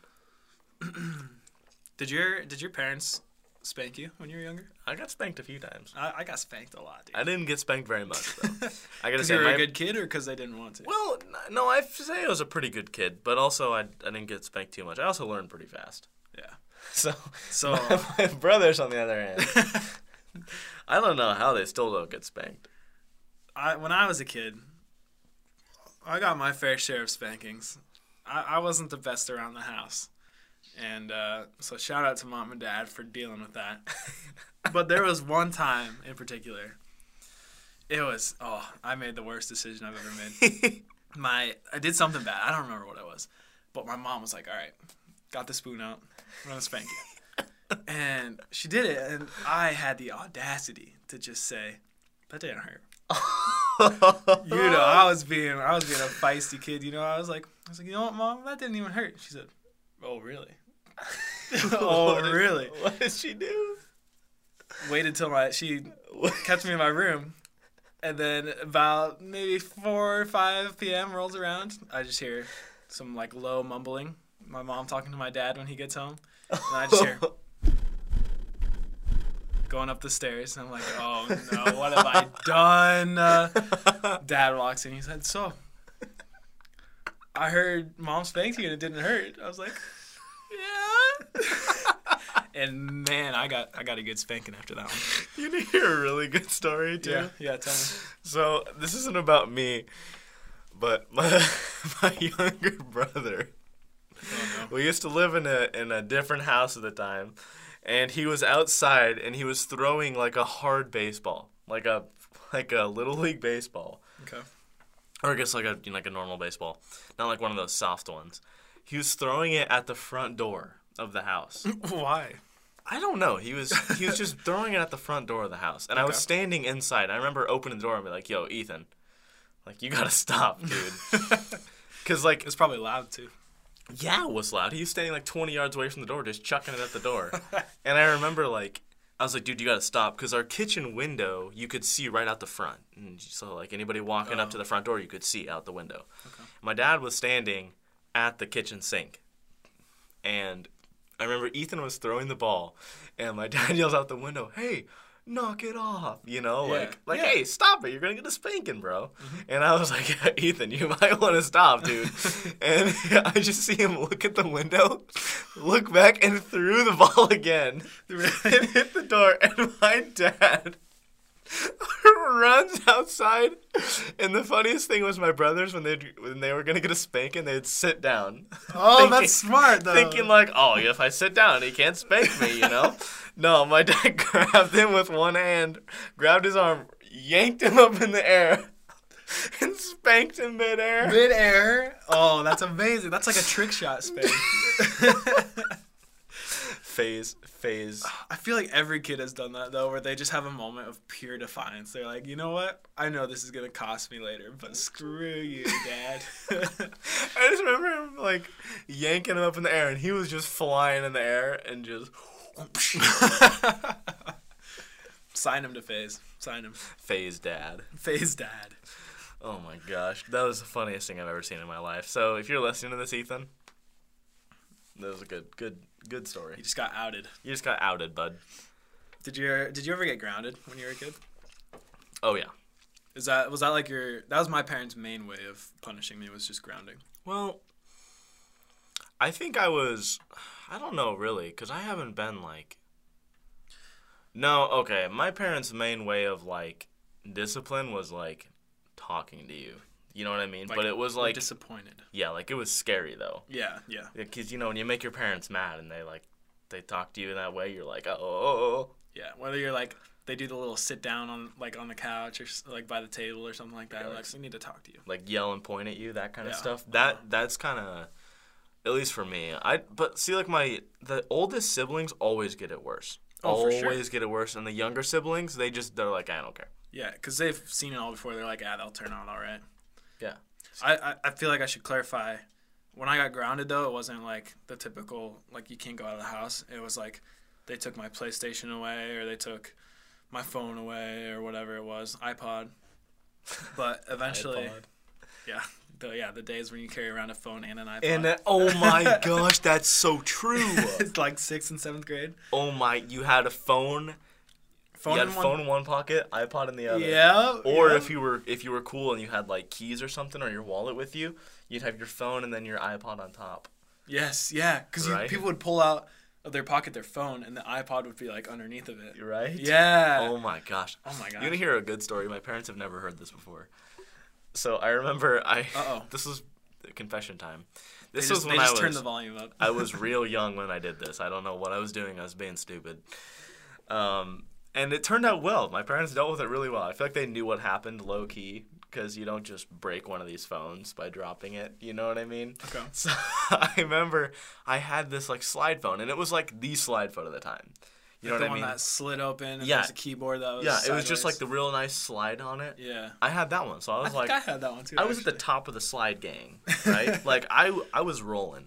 B: Did your did your parents spank you when you were younger?
A: I got spanked a few times.
B: I, I got spanked a lot, [LAUGHS] dude.
A: I didn't get spanked very much though. I gotta
B: Because
A: say,
B: you were
A: my,
B: a good kid or because they didn't want to?
A: well, n- no, I f- say I was a pretty good kid, but also I, I didn't get spanked too much. I also learned pretty fast.
B: Yeah.
A: [LAUGHS] So,
B: [LAUGHS] So-
A: [LAUGHS] my brothers on the other hand, [LAUGHS] I don't know how they still don't get
B: [LAUGHS]
A: spanked.
B: I when I was a kid, I got my fair share of spankings. I, I wasn't the best around the house, and uh, so shout out to mom and dad for dealing with that. [LAUGHS] but there was one time in particular. It was oh, I made the worst decision I've ever made.
A: [LAUGHS]
B: my I did something bad. I don't remember what it was, but my mom was like, "All right, got the spoon out. I'm gonna spank you." and she did it, and I had the audacity to just say, "That didn't hurt." You
A: [LAUGHS]
B: know, I was being I was being a feisty kid. You know, I was like, I was like, you know what, mom, that didn't even hurt. She said, "Oh really?" [LAUGHS] oh
A: What did-
B: really?
A: [LAUGHS] What did she do?
B: Waited till my she kept
A: [LAUGHS]
B: me in my room. And then about maybe 4 or 5 p.m. rolls around, I just hear some like low mumbling. My mom talking to my dad when he gets home. And I just hear going up the stairs. And I'm like, oh no, what have I done? Uh, dad walks in. He said, so I heard mom spanked you and it didn't hurt. I was like, [LAUGHS] yeah. and man, I got I got a good spanking after that one.
A: [LAUGHS] you need to hear a really good story too.
B: yeah, tell me.
A: So this isn't about me, but my [LAUGHS] my younger brother.
B: Oh,
A: We used to live in a in a different house at the time, and he was outside and he was throwing like a hard baseball, like a like a little league baseball,
B: Okay.
A: or I guess like a you know, like a normal baseball, not like one of those soft ones. He was throwing it at the front door of the house.
B: Why?
A: I don't know. He was he was just throwing it at the front door of the house, and I was
B: Okay.
A: standing inside. I remember opening the door and be like, "Yo, Ethan, like you gotta stop, dude." Cause like
B: It's probably loud too.
A: yeah, it was loud. He was standing like 20 yards away from the door, just chucking it at the door.
B: [LAUGHS]
A: and I remember like I was like, "Dude, you gotta stop," because our kitchen window you could see right out the front, and so like anybody walking
B: Oh.
A: up to the front door, you could see out the window. My dad was standing at the kitchen sink, and I remember Ethan was throwing the ball, and my [LAUGHS] dad yells out the window, "Hey!" Knock it off, you know,
B: Yeah.
A: like, like,
B: Yeah.
A: hey, stop it! You're gonna get a spanking, bro. And I was like, [LAUGHS] Ethan, you might want to stop, dude. and [LAUGHS] I just see him look at the window, look back, and threw the [LAUGHS] ball again [LAUGHS] and hit the door. And my dad [LAUGHS] runs outside. And the funniest thing was my brothers when they when they were gonna get a spanking, they'd sit down.
B: [LAUGHS] Oh,
A: Thinking-
B: that's smart though.
A: Thinking like, oh, if I sit down, he can't spank me, you know? no, my dad [LAUGHS] grabbed him with one hand, grabbed his arm, yanked him up in the air, [LAUGHS] and spanked him midair.
B: midair. Oh, that's amazing. That's like a trick shot spank. [LAUGHS]
A: phase, phase.
B: I feel like every kid has done that though, where they just have a moment of pure defiance. They're like, you know what? I know this is gonna cost me later, but screw you, Dad. [LAUGHS]
A: I just remember him like yanking him up in the air, and he was just flying in the air and just [LAUGHS]
B: Sign him to Phase. Sign him.
A: phase dad.
B: Phase Dad.
A: Oh my gosh, that was the funniest thing I've ever seen in my life. So if you're listening to this, Ethan, that was a good, good, good
B: He
A: story.
B: just got outed.
A: You just got outed, bud.
B: Did you Did you ever get grounded when you were a kid?
A: Oh yeah.
B: Is that was that like your? That was my parents' main way of punishing me was just grounding.
A: Well, I think I was. I don't know really, because I haven't been like. No, okay. My parents' main way of like discipline was like talking to you. You know what I mean? but it was
B: We're
A: like,
B: disappointed.
A: yeah, like it was scary though.
B: Yeah, yeah.
A: Because you know when you make your parents mad and they like they talk to you in that way, you're like, oh, oh, oh.
B: Yeah, whether you're like they do the little sit down on like on the couch or s- like by the table or something like that.
A: Yeah,
B: like we need to talk to you.
A: like yell and point at you, that kind of
B: Yeah.
A: stuff. That that's kind of at least for me. I but see like my the oldest siblings always get it worse.
B: Oh, for
A: always
B: sure.
A: get it worse, and the younger siblings they just they're like I don't care.
B: Yeah, because they've seen it all before. They're like, ah, they'll turn out all right.
A: Yeah.
B: I, I I feel like I should clarify. When I got grounded though, it wasn't like the typical like you can't go out of the house. It was like they took my PlayStation away or they took
A: [LAUGHS]
B: my phone away or whatever it was, iPod. But eventually,
A: iPod.
B: Yeah. The, yeah, the days when you carry around a phone and an iPod.
A: And uh, oh my gosh, that's so true.
B: [LAUGHS] it's like sixth and seventh grade.
A: Oh my, you had a phone.
B: Phone
A: you had
B: in
A: a phone in one pocket, iPod in the other.
B: Yeah.
A: Or
B: yeah.
A: if you were if you were cool and you had like keys or something or your wallet with you, you'd have your phone and then your iPod on top.
B: Yes, yeah, because
A: Right?
B: people would pull out of their pocket their phone, and the iPod would be like underneath of it.
A: You
B: [LAUGHS]
A: Right?
B: Yeah.
A: Oh my gosh.
B: Oh my
A: You
B: gosh.
A: want to hear a good story? My parents have never heard this before. So I remember I.
B: Uh-oh.
A: [LAUGHS] This was confession time.
B: they
A: This
B: just,
A: was
B: they
A: when
B: just
A: I was.
B: turned the volume up.
A: I was real young when I did this. I don't know what I was doing. I was being stupid. Um, and it turned out well. My parents dealt with it really well. I feel like they knew what happened low key because you don't just break one of these phones by dropping it. You know what I mean?
B: [LAUGHS]
A: [LAUGHS]
B: Okay.
A: So I remember I had this like slide phone, and it was like the slide phone at the time. You know
B: the
A: what I
B: one
A: mean?
B: that slid open. And
A: Yeah.
B: yeah. There's a keyboard that was.
A: yeah, it was just like
B: sideways.
A: the real nice slide on it.
B: Yeah.
A: I had that one, so I
B: I
A: was
B: think
A: like,
B: I had that one too.
A: I was at the
B: actually.
A: top of the slide
B: [LAUGHS]
A: gang, right? like I I was rolling.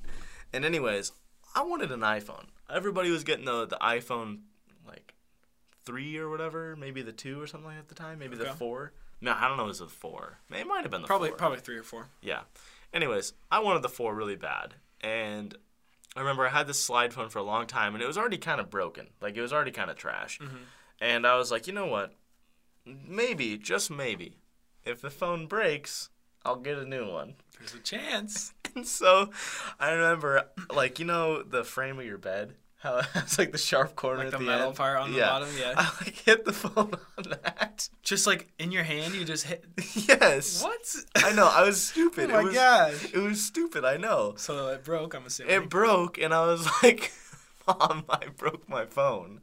A: And anyways, I wanted an iPhone. Everybody was getting the the iPhone like three or whatever, maybe the two or something like that at the time, maybe the
B: Okay.
A: four. No, I don't know. It was the four. It might have been the
B: probably
A: four.
B: probably three or four.
A: Yeah. Anyways, I wanted the four really bad, and I remember I had this slide phone for a long time, and it was already kind of broken. Like it was already kind of trash.
B: Mm-hmm.
A: And I was like, you know what? Maybe, just maybe, if the phone breaks, I'll get a new one. [LAUGHS]
B: There's a chance.
A: And so I remember, like you know, the frame of your bed. How it has like the sharp corner
B: Like
A: at
B: the
A: the,
B: metal
A: end?
B: part on the bottom, yeah.
A: [LAUGHS] I like hit the phone [LAUGHS] on that.
B: [LAUGHS] Just like in your hand, you just hit.
A: Yes.
B: [LAUGHS] What?
A: I know. I was stupid.
B: [LAUGHS] oh my
A: it was,
B: [LAUGHS] gosh.
A: It was stupid. I know.
B: So it broke. I'm assuming.
A: it broke and I was [LAUGHS] like, Mom, I broke my phone.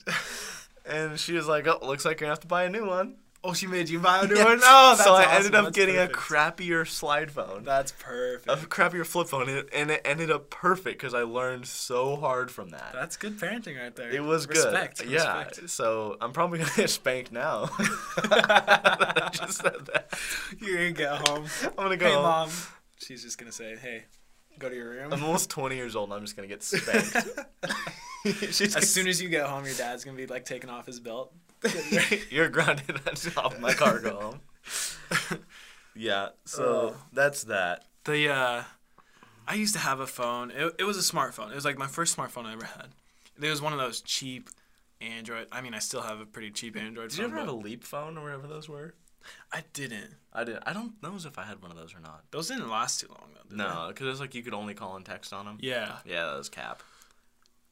A: And she was like, Oh, looks like you're gonna have to buy a new one.
B: oh, she made you buy a
A: [LAUGHS]
B: new
A: Yeah.
B: [LAUGHS] one. Oh, that's
A: so I
B: awesome.
A: ended up
B: That's
A: getting
B: perfect.
A: a crappier slide phone.
B: That's perfect.
A: A crappier flip phone, and it, and it ended up perfect because I learned so hard from that.
B: That's good parenting right there.
A: it was
B: respect,
A: good. Yeah.
B: Respect. [LAUGHS]
A: So I'm probably gonna [LAUGHS] get spanked now. I just said that.
B: You're gonna get [LAUGHS] home.
A: I'm gonna go.
B: Hey,
A: home.
B: mom. She's just gonna say, "Hey, go to your [LAUGHS] room."
A: I'm almost 20 years old, and I'm just gonna get
B: [LAUGHS]
A: spanked. She's
B: As soon as you get home, your dad's gonna be like taking off his belt.
A: [LAUGHS] You're grounded on top of my cargo home. [LAUGHS] yeah, so that's that.
B: The uh, I used to have a phone. It, it was a smartphone. It was like my first smartphone I ever had. It was one of those cheap Android. I mean, I still have a pretty cheap Android
A: Did you
B: phone.
A: ever have a
B: but
A: leap phone or whatever those were?
B: I didn't.
A: I did. I don't know if I had one of those or not.
B: Those didn't last too long though. Did
A: No, because it was like you could only call and text on them.
B: They? Yeah.
A: Yeah, that was cap.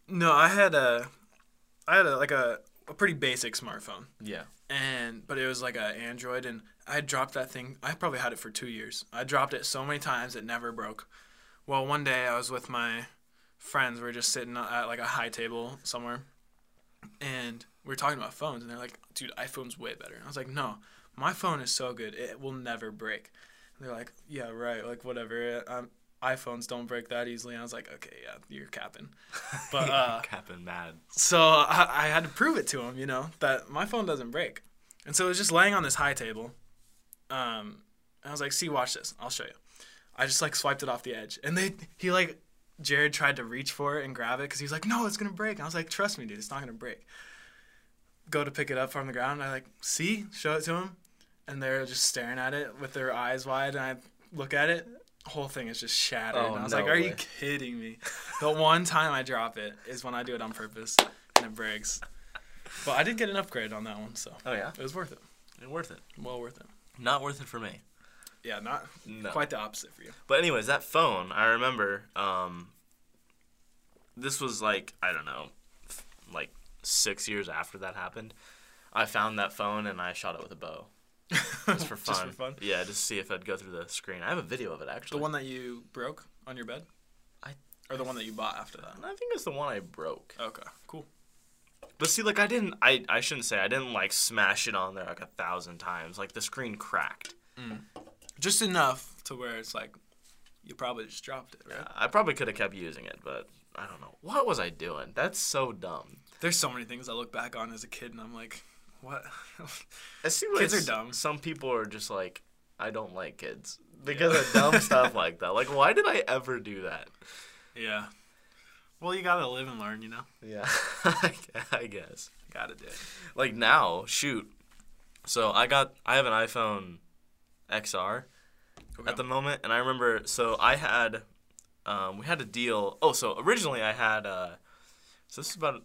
B: No, I had a, I had a, like a, a pretty basic
A: [LAUGHS]
B: smartphone.
A: Yeah.
B: and but it was like a Android, and I dropped that thing. I probably had it for two years. I dropped it so many times it never broke. Well, one day I was with my friends. We were just sitting at like a high table somewhere, and we were talking about phones, and they're like, "Dude, iPhone's way better." And I was like, "No, my phone is so good, it will never break." And they're like, "Yeah, right. Like whatever. Um, iPhones don't break that easily." And I was like, "Okay, yeah, you're capping," but uh,
A: [LAUGHS] Capping mad.
B: so I, I had to prove it to him, you know, that my phone doesn't break. And so it was just laying on this high table. Um, and I was like, see, watch this. I'll show you. I just like swiped it off the edge. And they, he like, Jared tried to reach for it and grab it because he's like, no, it's going to break. And I was like, trust me, dude, it's not going to break. Go to pick it up from the ground. And I like, see, show it to him. And they're just staring at it with their eyes wide. And I look at it. Whole thing is just shattered.
A: Oh,
B: and I was
A: no
B: like, "Are you
A: way.
B: kidding me?"
A: [LAUGHS]
B: The one time I drop it is when I do it on purpose and it breaks. But I did get an upgrade on that one, so
A: Oh yeah.
B: it was worth it.
A: worth it.
B: Well worth it.
A: Not worth it for me.
B: Yeah, not
A: No.
B: quite the opposite for you.
A: But anyways, that phone, I remember um this was like, I don't know, f- like 6 years after that happened. I found that phone and I shot it with a bow. [LAUGHS] [LAUGHS] Just for fun.
B: [LAUGHS] Just for fun.
A: Yeah, just to see if I'd go through the screen. I have a video of it
B: The
A: actually.
B: one that you broke on your bed?
A: I-
B: or the one that you bought after that?
A: I think it's the one I broke.
B: Okay, cool.
A: But see, like I didn't I, I shouldn't say I didn't like smash it on there like a thousand times. Like the screen cracked.
B: Just enough to where it's like you probably just dropped it, right?
A: I probably could have kept using it, but I don't know. What was I doing? That's so dumb.
B: There's so many things I look back on as a kid and I'm like, what? [LAUGHS]
A: I see what
B: Kids
A: it's-
B: are dumb.
A: Some people are just like, I don't like kids because of [LAUGHS] dumb stuff like that. Like, why did I ever do that?
B: yeah. Well, you gotta live and learn, you know?
A: Yeah, [LAUGHS] I gu- I guess.
B: You gotta do it.
A: Like now, shoot. So I got, I have an iPhone XR, at the moment. And I remember, so I had, um, we had a deal. Oh, so originally I had, uh, so this is about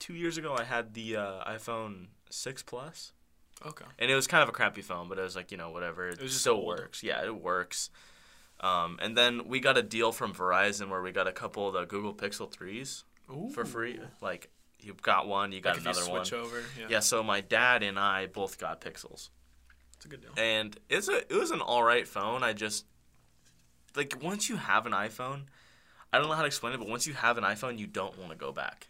A: two years ago. I had the uh, iPhone six plus,
B: Okay.
A: and it was kind of a crappy phone, but it was like you know whatever. It,
B: was just
A: still
B: old.
A: works. Yeah, it works. Um, and then we got a deal from Verizon where we got a couple of the Google Pixel threes
B: Ooh.
A: for free. Like you got one, you got
B: Like if you
A: another one.
B: switch over. Yeah.
A: Yeah, so my dad and I both got Pixels
B: It's a good deal.
A: and it's a it was an all right phone. I just like once you have an iPhone, I don't know how to explain it, but once you have an iPhone, you don't want to go back.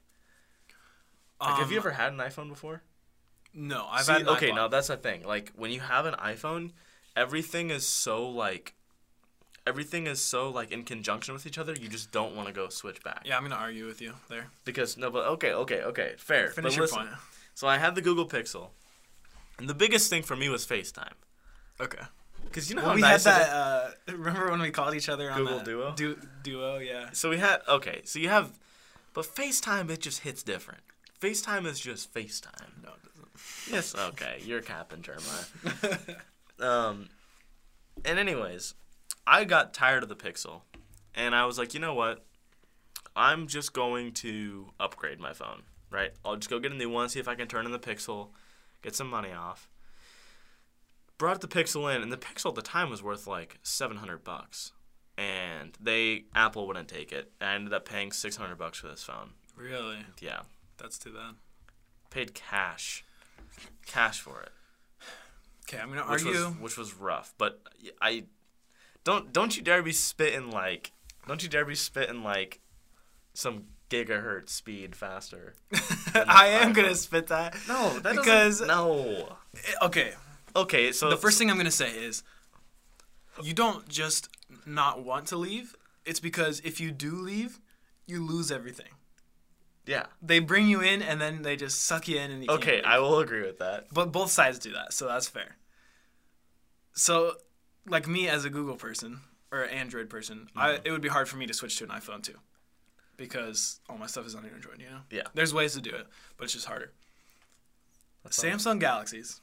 A: Like, have you
B: Um,
A: ever had an iPhone before?
B: No, I've
A: See,
B: had an
A: okay,
B: iPod.
A: now that's the thing. Like when you have an iPhone, everything is so like everything is so like in conjunction with each other. You just don't want to go switch back
B: Yeah, I'm gonna argue with you there.
A: because no, but okay, okay, okay, fair.
B: Finish
A: but
B: your
A: listen,
B: point.
A: so I had the Google Pixel, and the biggest thing for me was FaceTime.
B: Okay.
A: Cause you know
B: Well,
A: how
B: we
A: nice it
B: had
A: is-
B: that. Uh, [LAUGHS] remember when we called each other on
A: Google
B: that
A: Duo?
B: Du- duo, yeah.
A: So we had okay. So you have, but FaceTime it just hits different. FaceTime is just FaceTime.
B: No, it
A: Yes. Okay, you're capping, Jeremiah.
B: [LAUGHS] doesn't.
A: Um, and anyways, I got tired of the Pixel, and I was like, you know what? I'm just going to upgrade my phone. Right? I'll just go get a new one, see if I can turn in the Pixel, get some money off. Brought the Pixel in, and the Pixel at the time was worth like 700 bucks, and they Apple wouldn't take it. I ended up paying 600 bucks for this phone.
B: really?
A: Yeah,
B: That's too bad.
A: paid cash, cash for it.
B: Okay, I'm gonna
A: which
B: argue.
A: was which was rough. But I don't don't you dare be spitting like don't you dare be spitting like some gigahertz speed faster.
B: [LAUGHS] I am
A: iPhone.
B: gonna spit that.
A: No, that because
B: Because-
A: no.
B: Okay,
A: Okay, so
B: the first thing I'm gonna say is, you don't just not want to leave. It's because if you do leave, you lose everything.
A: yeah.
B: They bring you in and then they just suck you in and you can't
A: Okay,
B: leave.
A: I will agree with that.
B: But both sides do that, so that's fair. So, like me as a Google person or an Android person, I, it would be hard for me to switch to an iPhone too, because all my stuff is on Android. You know.
A: Yeah.
B: There's ways to do it, but it's just harder.
A: all.
B: Samsung Galaxies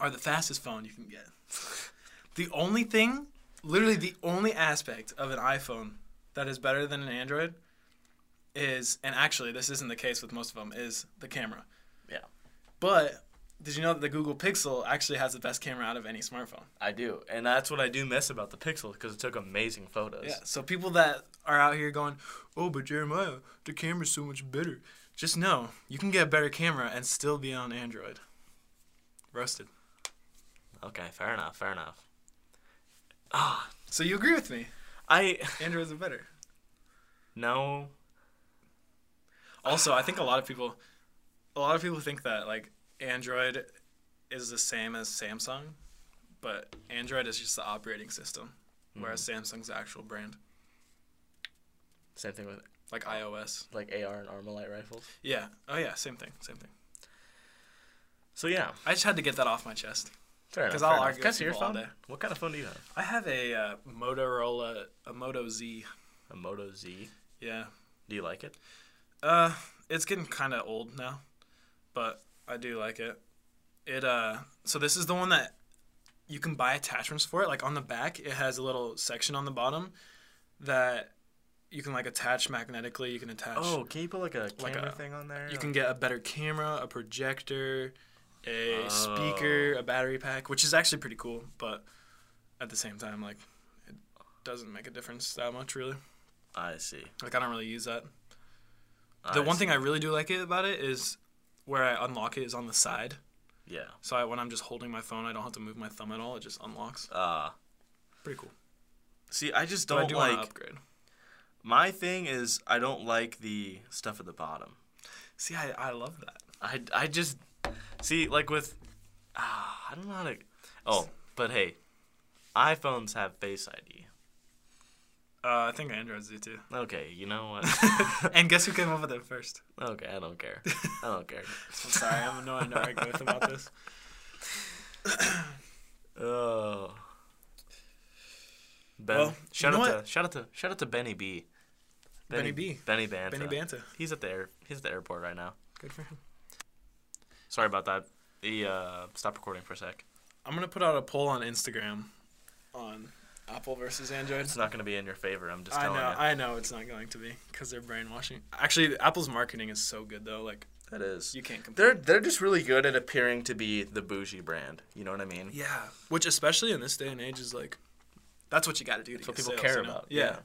B: are the fastest phone you can get. [LAUGHS] the only thing, literally the only aspect of an iPhone that is better than an Android is, and actually this isn't the case with most of them, is the camera.
A: Yeah.
B: But did you know that the Google Pixel actually has the best camera out of any smartphone?
A: I do. And that's what I do miss about the Pixel because it took amazing photos.
B: Yeah. So people that are out here going, "Oh, but Jeremiah, the camera's so much better." Just know you can get a better camera and still be on Android. Roasted.
A: Okay, fair enough, fair enough. Ah,
B: So you agree with me?
A: I
B: Androids are better.
A: no.
B: Also, I think a lot of people, a lot of people think that like Android is the same as Samsung, but Android is just the operating system, whereas Samsung's the actual brand,
A: Same thing with
B: like iOS.
A: like AR and Armalite rifles.
B: Yeah. Oh yeah. Same thing. Same thing.
A: So yeah,
B: I just had to get that off my chest.
A: fair enough.
B: 'Cause
A: fair
B: I'll
A: enough.
B: argue
A: Can I
B: with
A: see your
B: people all
A: phone?
B: day.
A: What kind of phone do you have?
B: I have a uh, Motorola, a Moto Z.
A: A Moto Z.
B: Yeah.
A: Do you like it?
B: Uh, it's getting kind of old now, but I do like it. It uh, so this is the one that you can buy attachments for it. Like on the back, it has a little section on the bottom that you can like attach magnetically. You can attach.
A: Oh, can you put like a
B: Like
A: camera
B: a-
A: thing on there?
B: You can get a better camera, a projector, a speaker, a battery pack, which is actually pretty cool. But at the same time, like it doesn't make a difference that much really.
A: I see.
B: Like I don't really use that.
A: I
B: The one
A: see.
B: thing I really do like it about it is where I unlock it is on the side.
A: Yeah.
B: So I, when I'm just holding my phone, I don't have to move my thumb at all. It just unlocks.
A: Uh,
B: Pretty cool.
A: see, I just
B: But
A: don't
B: I do want
A: like.
B: to upgrade.
A: My thing is, I don't like the stuff at the bottom.
B: See, I, I love that.
A: I, I just see like with. Ah, I don't know how to. Oh, but hey, iPhones have Face ID.
B: Uh, I think Androids do [LAUGHS] too.
A: Okay, you know
B: [LAUGHS]
A: what?
B: and guess who came up with it first?
A: okay, I don't care. I don't care.
B: I'm sorry, I'm annoying to argue with about this.
A: Oh. Ben,
B: Well,
A: shout
B: you know
A: out to shout out to shout out to Benny B.
B: Benny B.
A: Benny Banta.
B: Benny Banta.
A: He's at the air, he's at the airport right now.
B: Good for him.
A: Sorry about that. He uh, stopped recording for a sec.
B: I'm gonna put out a poll on Instagram on Apple versus Android.
A: It's not going to be in your favor. I'm just
B: I
A: telling
B: know,
A: you.
B: I know it's not going to be because they're brainwashing. Actually, Apple's marketing is so good though. Like
A: That is.
B: you can't compare.
A: They're they're just really good at appearing to be the bougie brand. You know what I mean?
B: Yeah, which especially in this day and age is like, that's what you got to do to
A: That's
B: get
A: what people
B: sales,
A: care
B: you know?
A: about.
B: Yeah.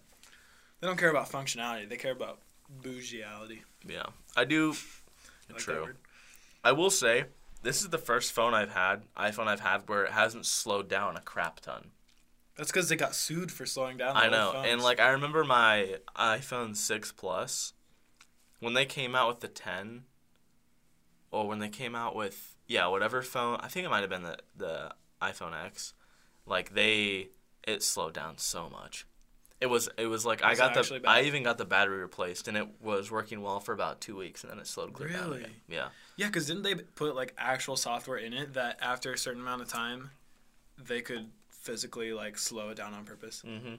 B: they don't care about functionality; they care about bougiality.
A: yeah. Yeah. I do.
B: I like that
A: True.
B: word.
A: I will say this is the first phone I've had, iPhone I've had, where it hasn't slowed down a crap ton.
B: That's because they got sued for slowing down. The
A: I
B: old
A: know,
B: phones.
A: and like I remember my iPhone six plus, when they came out with the ten, or when they came out with yeah whatever phone I think it might have been the the iPhone X, like they it slowed down so much. It was it was like
B: Was it
A: I got
B: actually
A: the
B: bad?
A: I even got the battery replaced and it was working well for about two weeks and then it slowed clear down
B: Really?
A: again. Yeah.
B: yeah, because didn't they put like actual software in it that after a certain amount of time, they could physically like slow it down on purpose?
A: hmm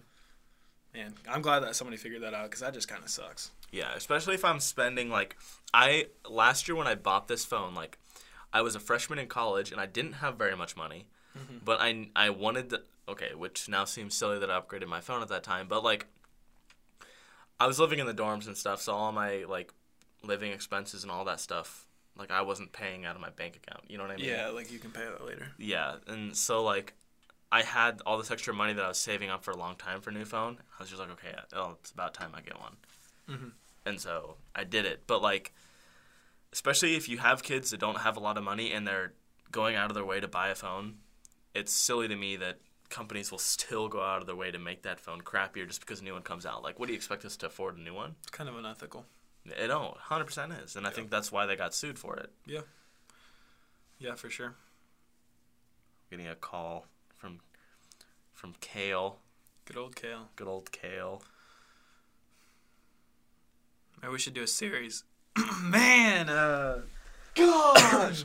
B: Man, I'm glad that somebody figured that out because that just kind of sucks.
A: Yeah, especially if I'm spending like I last year when I bought this phone, like I was a freshman in college and I didn't have very much money, but I I wanted the okay, which now seems silly that I upgraded my phone at that time, but like I was living in the dorms and stuff, so all my like living expenses and all that stuff, like I wasn't paying out of my bank account. You know what I mean?
B: Yeah, like you can pay that later.
A: Yeah, and so like I had all this extra money that I was saving up for a long time for a new phone. I was just like, okay, oh, it's about time I get one.
B: Mhm.
A: And so I did it. But like, especially if you have kids that don't have a lot of money and they're going out of their way to buy a phone, it's silly to me that companies will [LAUGHS] still go out of their way to make that phone crappier just because a new one comes out. Like, what do you expect us to afford a new one?
B: It's kind of unethical.
A: It don't. 100% is. And I think that's why they got sued for it.
B: Yeah, for sure.
A: Getting a call from from Kale,
B: Good old Kale.
A: good old Kale.
B: Maybe we should do a series. [CLEARS THROAT] Man, uh, gosh.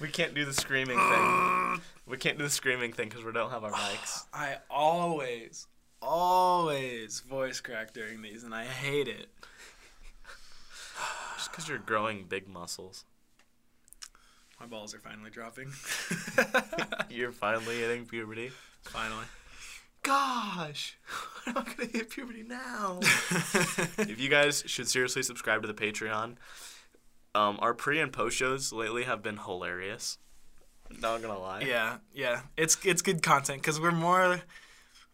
A: We can't do the screaming [GASPS] thing. We can't do the screaming thing because we don't have our mics.
B: [LAUGHS] I always, always voice crack during these, and I hate it.
A: [SIGHS] Just because you're growing big muscles. [LAUGHS]
B: My balls are finally dropping. [LAUGHS]
A: You're finally hitting puberty.
B: finally.
A: Gosh, [LAUGHS] I'm not gonna hit puberty now. [LAUGHS] [LAUGHS] if you guys should seriously subscribe to the Patreon, um, our pre and post shows lately have been hilarious. Not gonna lie.
B: yeah, yeah. It's it's good content because we're more.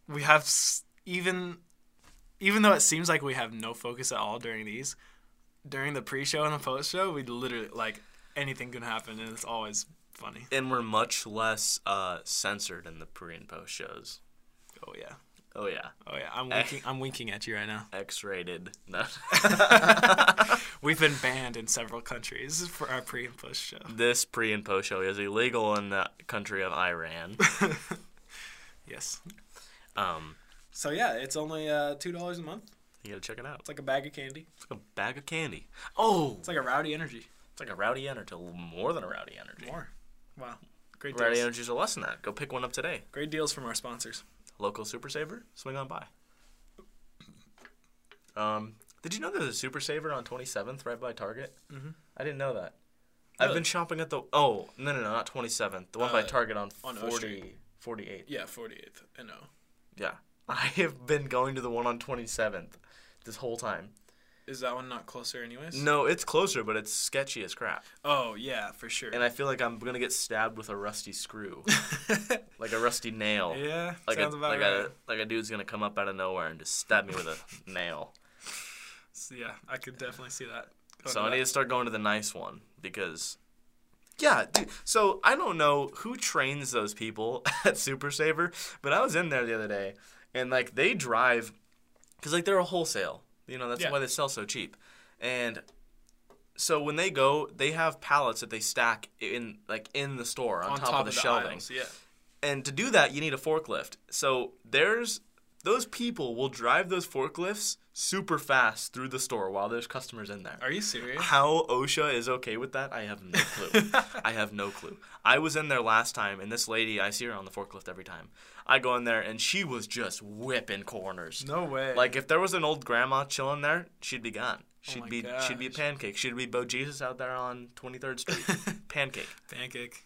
B: We have s- even, even though it seems like we have no focus at all during these, during the pre-show and the post-show, we literally like anything can happen, and it's always funny.
A: And we're much less uh, censored in the pre and post shows.
B: Oh yeah.
A: Oh yeah,
B: Oh yeah, I'm winking. I'm winking at you
A: [LAUGHS]
B: right now.
A: X-rated. [LAUGHS] No.
B: We've been banned in several countries for our pre and post show.
A: this pre and post show is illegal in the country of
B: [LAUGHS]
A: Iran.
B: Yes.
A: Um,
B: So yeah, it's only uh, two dollars a month.
A: you gotta check it out.
B: It's like a bag of candy.
A: It's like a bag of candy. Oh,
B: It's like a rowdy energy.
A: it's like a rowdy energy. More than a rowdy energy.
B: More. Wow. Great
A: Rowdy
B: deals.
A: energies are less than that. Go pick one up today.
B: Great deals from our sponsors.
A: Local Super Saver. Swing on by. Um, did you know there's a Super Saver on 27th right by Target? Mm-hmm. I didn't know that. I've
B: Really?
A: been shopping at the oh no no no not 27th the one by
B: Uh,
A: Target on,
B: on O
A: 40,
B: Street.
A: 48
B: Yeah, forty eighth. I know.
A: yeah [LAUGHS] I have been going to the one on 27th this whole time
B: Is that one not closer, anyways?
A: no it's closer but it's sketchy as crap
B: Oh yeah, for sure.
A: and I feel like I'm gonna get stabbed with a rusty screw,
B: [LAUGHS]
A: like a rusty nail.
B: yeah,
A: Like
B: sounds
A: a,
B: about
A: like
B: right.
A: a like a dude's gonna come up out of nowhere and just stab me with a nail.
B: So, yeah, I could definitely see that. Going
A: So
B: to
A: I need
B: that.
A: to start going to the nice one because, yeah, dude. So I don't know who trains those people [LAUGHS] at Super Saver, but I was in there the other day, and like they drive, cause like they're a wholesale. You know that's
B: Yeah.
A: why they sell so cheap, and so when they go, they have pallets that they stack in like in the store on,
B: on
A: top, of the, shelving.
B: aisles, Yeah.
A: and to do that you need a forklift so there's those people will drive those forklifts super fast through the store while there's customers in there
B: Are you serious?
A: how OSHA is okay with that, [LAUGHS] I have no clue.
B: [LAUGHS]
A: I have no clue. I was in there last time, and this lady, I see her on the forklift every time. I go in there, and she was just whipping corners.
B: No way. Oh
A: Like if there was an old grandma chilling there, she'd be gone. She'd
B: my
A: be
B: [LAUGHS]
A: she'd be pancake. She'd be Bo Jesus out there on Twenty Third Street, pancake.
B: pancake.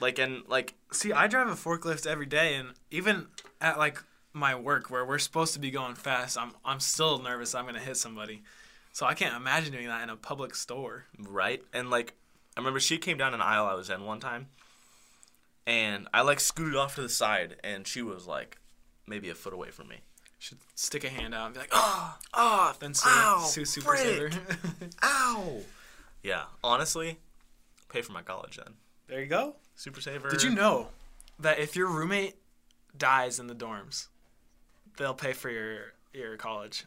A: Like and like
B: See, I drive a forklift every day, and even at like my work where we're supposed to be going fast, I'm I'm still nervous I'm gonna hit somebody. So I can't imagine doing that in a public store.
A: right and like I remember she came down an aisle I was in one time, and I like scooted off to the side and she was like maybe a foot away from me.
B: Should stick a hand out and be like, oh,
A: Ah ah
B: then sue,
A: Ow,
B: sue super
A: frick.
B: saver. [LAUGHS]
A: ow. Yeah, honestly, pay for my college then.
B: there you go.
A: Super saver.
B: Did you know that if your roommate dies in the dorms, they'll pay for your your college?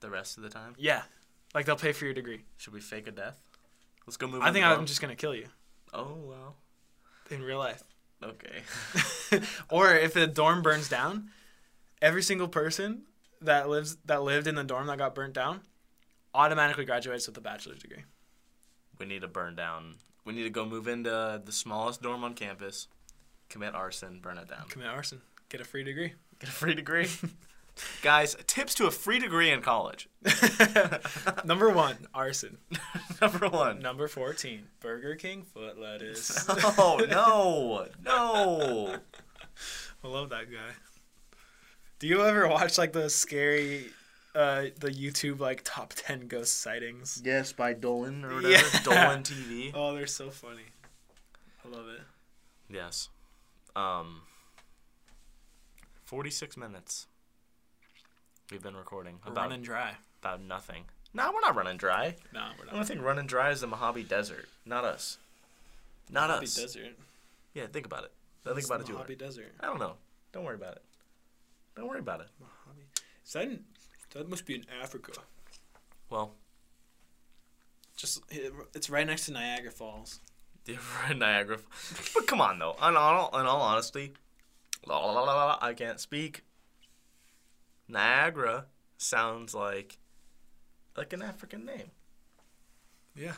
A: the rest of the time?
B: Yeah, like they'll pay for your degree.
A: Should we fake a death? Let's go move.
B: I
A: on
B: think
A: to
B: I'm
A: Rome.
B: just gonna kill you
A: Oh well.
B: in real life. [LAUGHS]
A: Okay. [LAUGHS]
B: or if the dorm burns down, every single person that lives that lived in the dorm that got burnt down automatically graduates with a bachelor's degree.
A: we need to burn down. We need to go move into the smallest dorm on campus, commit arson, burn it down.
B: Commit arson, get a free degree. [LAUGHS]
A: Get a free degree. [LAUGHS] Guys, tips to a free degree in college. [LAUGHS]
B: Number one, arson.
A: Number one.
B: Number fourteen, Burger King foot [LAUGHS] lettuce.
A: [LAUGHS] Oh no, no.
B: I love that guy. Do you ever watch like the scary, uh, the YouTube like top ten ghost sightings?
A: Yes, by Dolan or
B: whatever.
A: Dolan
B: Dolan
A: TV.
B: Oh, they're so funny. I love it.
A: Yes. Um. Forty-six minutes. We've been recording
B: We're
A: about
B: running dry.
A: about nothing. No, we're not running dry.
B: Nah, we're
A: I
B: not.
A: don't think running dry is the Mojave Desert. Not us. Not
B: Mojave
A: us.
B: Desert.
A: Yeah, think about it. Don't think
B: It's
A: about it too
B: Mojave
A: hard.
B: Desert.
A: I don't know. Don't worry about it. Don't worry about it.
B: Mojave. Is that in, that must be in Africa.
A: Well,
B: Just it's right next to Niagara Falls.
A: different [LAUGHS] Niagara. But come on, though. In all, in all honesty, la, la, la, la, la, I can't speak. Niagara sounds like like an African
B: [LAUGHS]
A: name.
B: Yeah,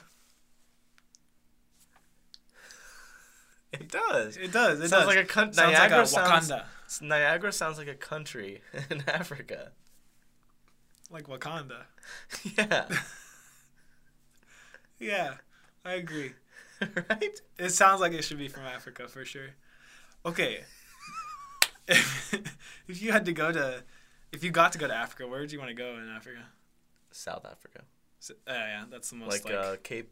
A: It does.
B: it does. It
A: sounds
B: does.
A: like a country.
B: sounds like
A: Niagara
B: a
A: sounds.
B: Wakanda,
A: Niagara sounds like a country [LAUGHS] in Africa. [LAUGHS]
B: like Wakanda. [LAUGHS]
A: Yeah.
B: Yeah, I agree.
A: right.
B: It sounds like it should be from Africa for sure. Okay. [LAUGHS] if, if you had to go to, if you got to go to Africa, where would you want to go in Africa?
A: South Africa.
B: S- uh, yeah, that's the most
A: Like,
B: like,
A: uh, Cape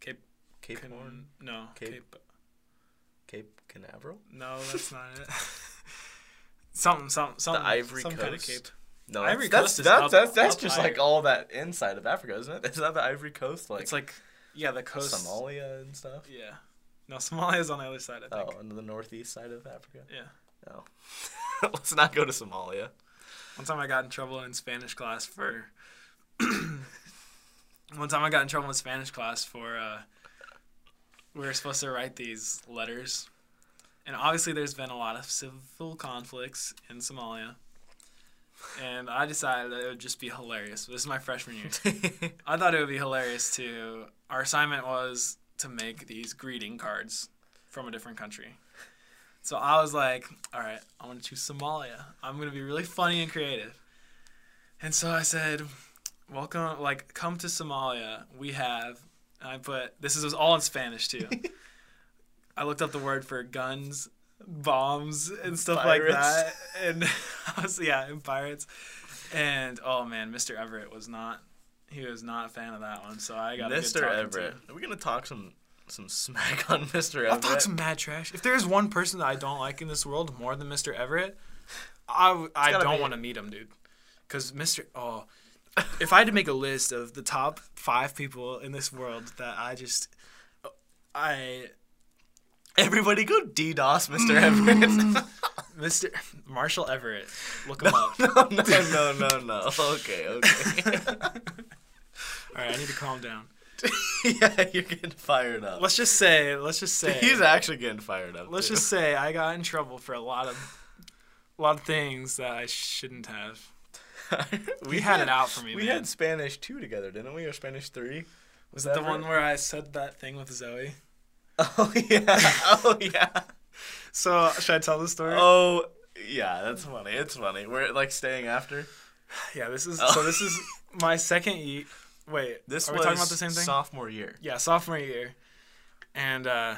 B: Cape
A: Cape
B: Can-
A: Horn,
B: No,
A: Cape-
B: Cape.
A: Cape Canaveral.
B: No, that's not it. [LAUGHS] something, something, something.
A: Ivory
B: some Kind of
A: Coast.
B: cape.
A: No,
B: Ivory
A: that's
B: Coast is
A: that's that's,
B: up-
A: that's, that's
B: up
A: just
B: higher.
A: like all that inside of Africa, isn't it? [LAUGHS] Is that the Ivory Coast, like,
B: it's like yeah, the coast.
A: Somalia and stuff?
B: Yeah. No, Somalia is on the other side. I think.
A: Oh, and the northeast side of Africa.
B: Yeah.
A: [LAUGHS] Let's not go to [LAUGHS] Somalia.
B: One time I got in trouble in Spanish class for. [CLEARS THROAT] One time I got in trouble in Spanish class for. Uh, we were supposed to write these letters. And obviously, there's been a lot of civil conflicts in Somalia. And I decided that it would just be hilarious. This is my freshman year. I thought it would be hilarious to. Our assignment was to make these greeting cards from a different country. So I was like, all right, I'm going to choose Somalia. I'm going to be really funny and creative. And so I said, welcome, like, come to Somalia. We have, and I put, this is was all in Spanish too. I looked up the word for guns, bombs, and stuff like that.
A: Pirates.
B: And [LAUGHS] I was, yeah, and pirates. And oh man, Mr. Everett was not, he was not a fan of that one. So I got a
A: Mr.
B: good talking
A: Everett.
B: To.
A: Are we gonna talk some some smack [LAUGHS] on Mr. Everett?
B: I'll talk some mad trash. If there is one person that I don't like in this world more than Mr. Everett, I, w- I
A: gotta
B: don't
A: be-
B: want to meet him, dude. Because Mr. Oh, if I had to make a list of the top five people in this world that I just, oh, I
A: [LAUGHS] Everybody go DDoS [LAUGHS] Mr. Everett.
B: Mr. Marshall Everett, look him up.
A: no, no, [LAUGHS] no, no, no. Okay, okay.
B: All right, I need to calm down.
A: [LAUGHS] yeah, you're getting fired up.
B: Let's just say, let's just say,
A: He's actually getting fired up.
B: let's
A: too. [LAUGHS]
B: just say, I got in trouble for a lot of, a lot of things that I shouldn't have.
A: we
B: had it out for me,
A: We
B: man.
A: had Spanish two together, didn't we? Or Spanish three?
B: Was that the
A: Everett?
B: one where I said that thing with Zoe?
A: [LAUGHS] Oh [LAUGHS] yeah. Oh yeah.
B: So should I tell the story?
A: Oh yeah, that's funny. It's funny. We're like staying after.
B: Yeah, this is
A: Oh.
B: so. This is my second year. Wait,
A: This
B: are
A: was
B: we talking about the same thing?
A: sophomore year.
B: yeah, sophomore year, and uh,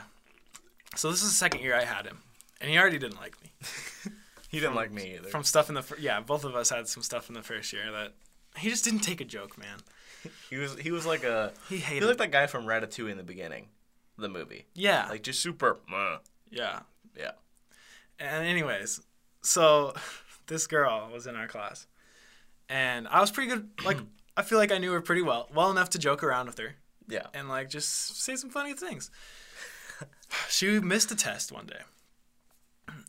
B: So this is the second year I had him, and he already didn't like me.
A: He didn't like me either.
B: From stuff in the fir- yeah, both of us had some stuff in the first year that he just didn't take a joke, man.
A: he was he was like a
B: He
A: he
B: hated.
A: looked like that guy from Ratatouille in the beginning, of the movie.
B: yeah,
A: Like just super. "Meh."
B: yeah.
A: Yeah.
B: And anyways, so [LAUGHS] this girl was in our class, and I was pretty good. Like I feel like I knew her pretty well, well enough to joke around with her [LAUGHS]
A: Yeah.
B: and like just say some funny things. she missed a test one day,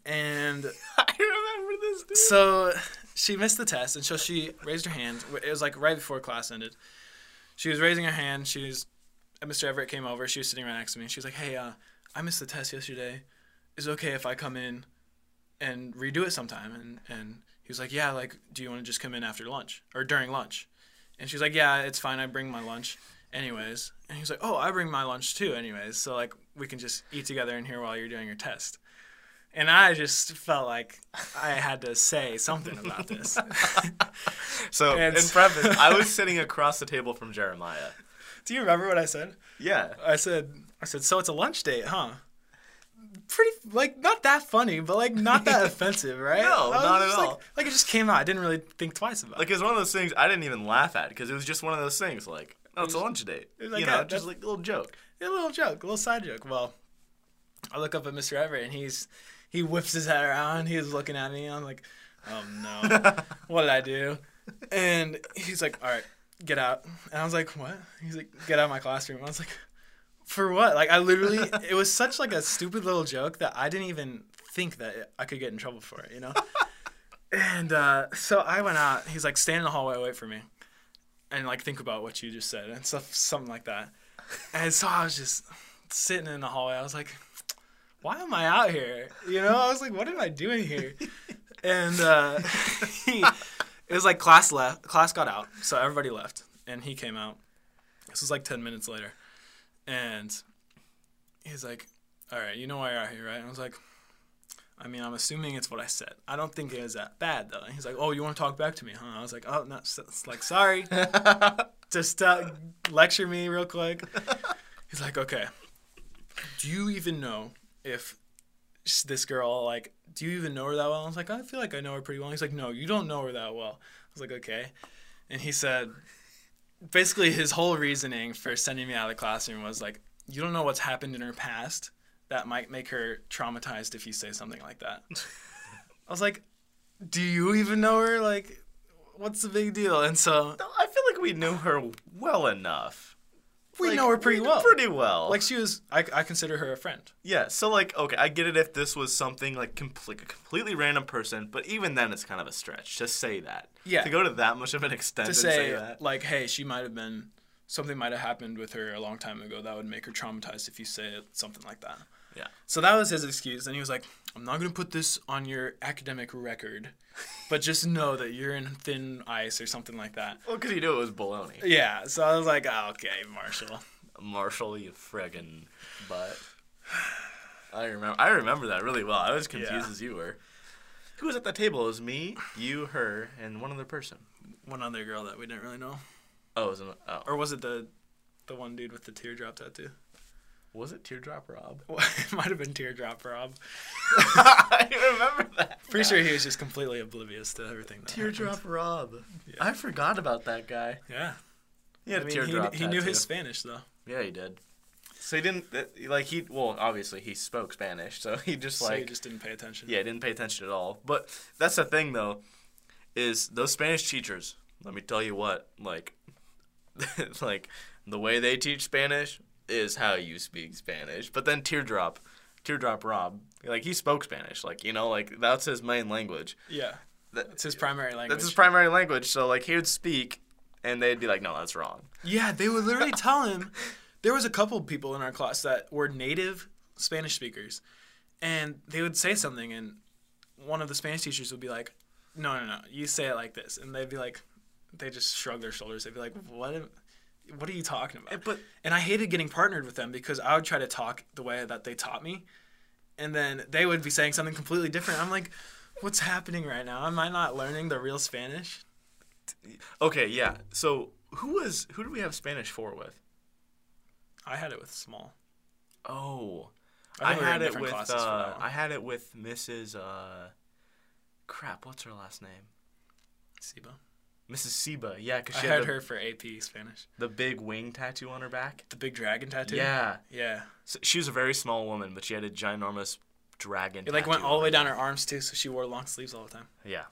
B: and
A: I remember this dude.
B: so she missed the test, and so she raised her hand. It was like right before class ended. She was raising her hand. She was, and Mr. Everett came over. She was sitting right next to me. She was like, "Hey, uh, I missed the test yesterday. Is it okay if I come in and redo it sometime?" And and he was like, "Yeah, like, do you want to just come in after lunch or during lunch?" And she's like, "Yeah, it's fine. I bring my lunch." Anyways, and he's like, "Oh, I bring my lunch too." Anyways, so like we can just eat together in here while you're doing your test. And I just felt like I had to say something about this.
A: So
B: And-
A: in preface, [LAUGHS] I was sitting across the table from Jeremiah.
B: [LAUGHS] Do you remember what I said?
A: Yeah.
B: I said, I said, so it's a lunch date, huh? Pretty like not that funny, but like not [LAUGHS] that offensive, right?
A: No,
B: I was
A: not at
B: just
A: all.
B: Like, like it just came out. I didn't really think twice about.
A: Like
B: it.
A: it was one of those things I didn't even laugh at because it was just one of those things like oh it's a lunch date
B: was like,
A: you know
B: yeah,
A: just like a little
B: [LAUGHS]
A: joke.
B: a little joke, a little side joke. Well, I look up at Mr. Everett and he's he whips his head around. He's looking at me. I'm like, oh [LAUGHS] no, what did I do? And he's like, all right, get out. And I was like, what? He's like, get out of my classroom. I was like, for what? Like I literally, it was such like a stupid little joke that I didn't even think that I could get in trouble for it. You know. And uh, so I went out. He's like, stand in the hallway, wait for me, and like think about what you just said and stuff, something like that. And so I was just sitting in the hallway. I was like, why am I out here? You know, I was like, what am I doing here? And uh, [LAUGHS] he, it was like class left, class got out, so everybody left, and he came out. This was like ten minutes later, and he's like, "All right, you know why you're out here, right?" And I was like, "I mean, I'm assuming it's what I said. I don't think it was that bad, though." And he's like, "Oh, you want to talk back to me, huh?" I was like, "Oh, no, s- s- like sorry." just uh, lecture me real quick. He's like, okay, do you even know if s- this girl, like, do you even know her that well? I was like, I feel like I know her pretty well. He's like, no, you don't know her that well. I was like, okay. And he said, basically, his whole reasoning for sending me out of the classroom was like, you don't know what's happened in her past that might make her traumatized if you say something like [LAUGHS] that. I was like, do you even know her? Like, what's the big deal? And so
A: No, I feel like we knew her well enough.
B: we
A: Like,
B: know her pretty
A: we-
B: well.
A: Pretty well.
B: Like she was, I, I consider her a friend.
A: Yeah, so like, okay, I get it if this was something like, compl- like a completely random person, but even then, it's kind of a stretch to say that.
B: Yeah.
A: To go to that much of an extent
B: To
A: and
B: say,
A: say, that.
B: like, hey, she might have been something might have happened with her a long time ago that would make her traumatized if you say it, something like that.
A: Yeah.
B: So that was his excuse, and he was like, "I'm not gonna put this on your academic record, but just know that you're in thin ice or something like that."
A: Well, because you knew it was baloney.
B: Yeah. So I was like, oh, "Okay, Marshall."
A: Marshall, you friggin'
B: [SIGHS]
A: butt. I remember. I remember that really well. I was confused
B: Yeah.
A: as you were. Who was at that table? It was me, you, her, and one other person.
B: One other girl that we didn't really know,
A: Oh, it was, an, oh.
B: or was it the the one dude with the teardrop tattoo? [LAUGHS]
A: was it Teardrop Rob? [LAUGHS]
B: it might have been teardrop Rob.
A: I remember that.
B: Pretty sure he was just completely oblivious to everything. That happened.
A: Teardrop Rob. I forgot about that guy.
B: Yeah.
A: He had
B: I
A: a
B: mean,
A: teardrop.
B: he, he knew
A: tattoo.
B: his Spanish though.
A: Yeah, he did. So he didn't that- like he well obviously he spoke Spanish, so [LAUGHS] he just
B: so
A: like
B: he just didn't pay attention.
A: yeah didn't pay attention at all. But that's the thing though, is those Spanish teachers. Let me tell you what like, [LAUGHS] like the way they teach Spanish is how you speak Spanish. But then teardrop, teardrop Rob, like he spoke Spanish, like you know like that's his main language.
B: Yeah.
A: That-
B: It's his primary language.
A: that's his primary language. So like he would speak, and they'd be like, no, that's wrong.
B: yeah, they would
A: [LAUGHS]
B: literally tell him. There was a couple people in our class that were native Spanish speakers, and they would say something, and one of the Spanish teachers would be like, "No, no, no, you say it like this," and they'd be like, they just shrug their shoulders. They'd be like, "What? am- What are you talking about?"
A: But
B: and I hated getting partnered with them because I would try to talk the way that they taught me, and then they would be saying something completely different. I'm like, what's happening right now? Am I not learning the real Spanish?
A: okay, yeah. So who was who do we have Spanish for with?
B: I had it with small.
A: Oh, I,
B: think we were
A: had
B: in
A: it
B: different
A: with
B: classes for that
A: uh,
B: one.
A: I had it with Mrs. Uh, crap, what's her last name?
B: Sibo.
A: Mrs. Seba. Yeah, cause
B: I
A: she had
B: had
A: the,
B: her for AP Spanish.
A: the big wing tattoo on her back.
B: The big dragon tattoo.
A: Yeah,
B: Yeah.
A: so she was a very small woman, but she had a ginormous dragon.
B: It like went
A: tattoo
B: all
A: on
B: the way down her arms too, so she wore long sleeves all the time.
A: Yeah.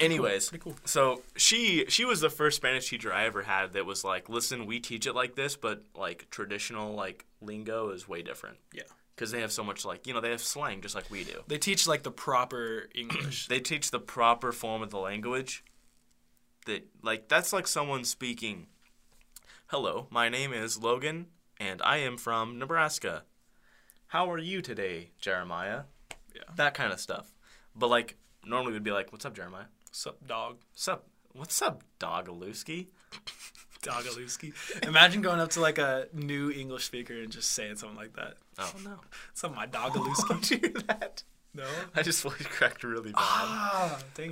A: Anyways,
B: Pretty cool.
A: so she she was the first Spanish teacher I ever had that was like, listen, we teach it like this, but like traditional like lingo is way different
B: Yeah.
A: because they have so much like you know they have slang just like we do.
B: They teach like the proper
A: [CLEARS THROAT]
B: English.
A: They teach the proper form of the language. That like that's like someone speaking, "Hello, my name is Logan, and I am from Nebraska. How are you today, Jeremiah?"
B: Yeah.
A: That kind of stuff. But like normally we'd be like, "What's up, Jeremiah?"
B: Sup dog.
A: Sup? What's up, Dogalooski?
B: Dogalooski. Imagine going up to like a new English speaker and just saying something like that.
A: Oh no!
B: What's up, my Dogalooski?
A: [LAUGHS] Did you hear that?
B: no.
A: [LAUGHS] I just voice cracked really bad.
B: Ah,
A: [LAUGHS]
B: dang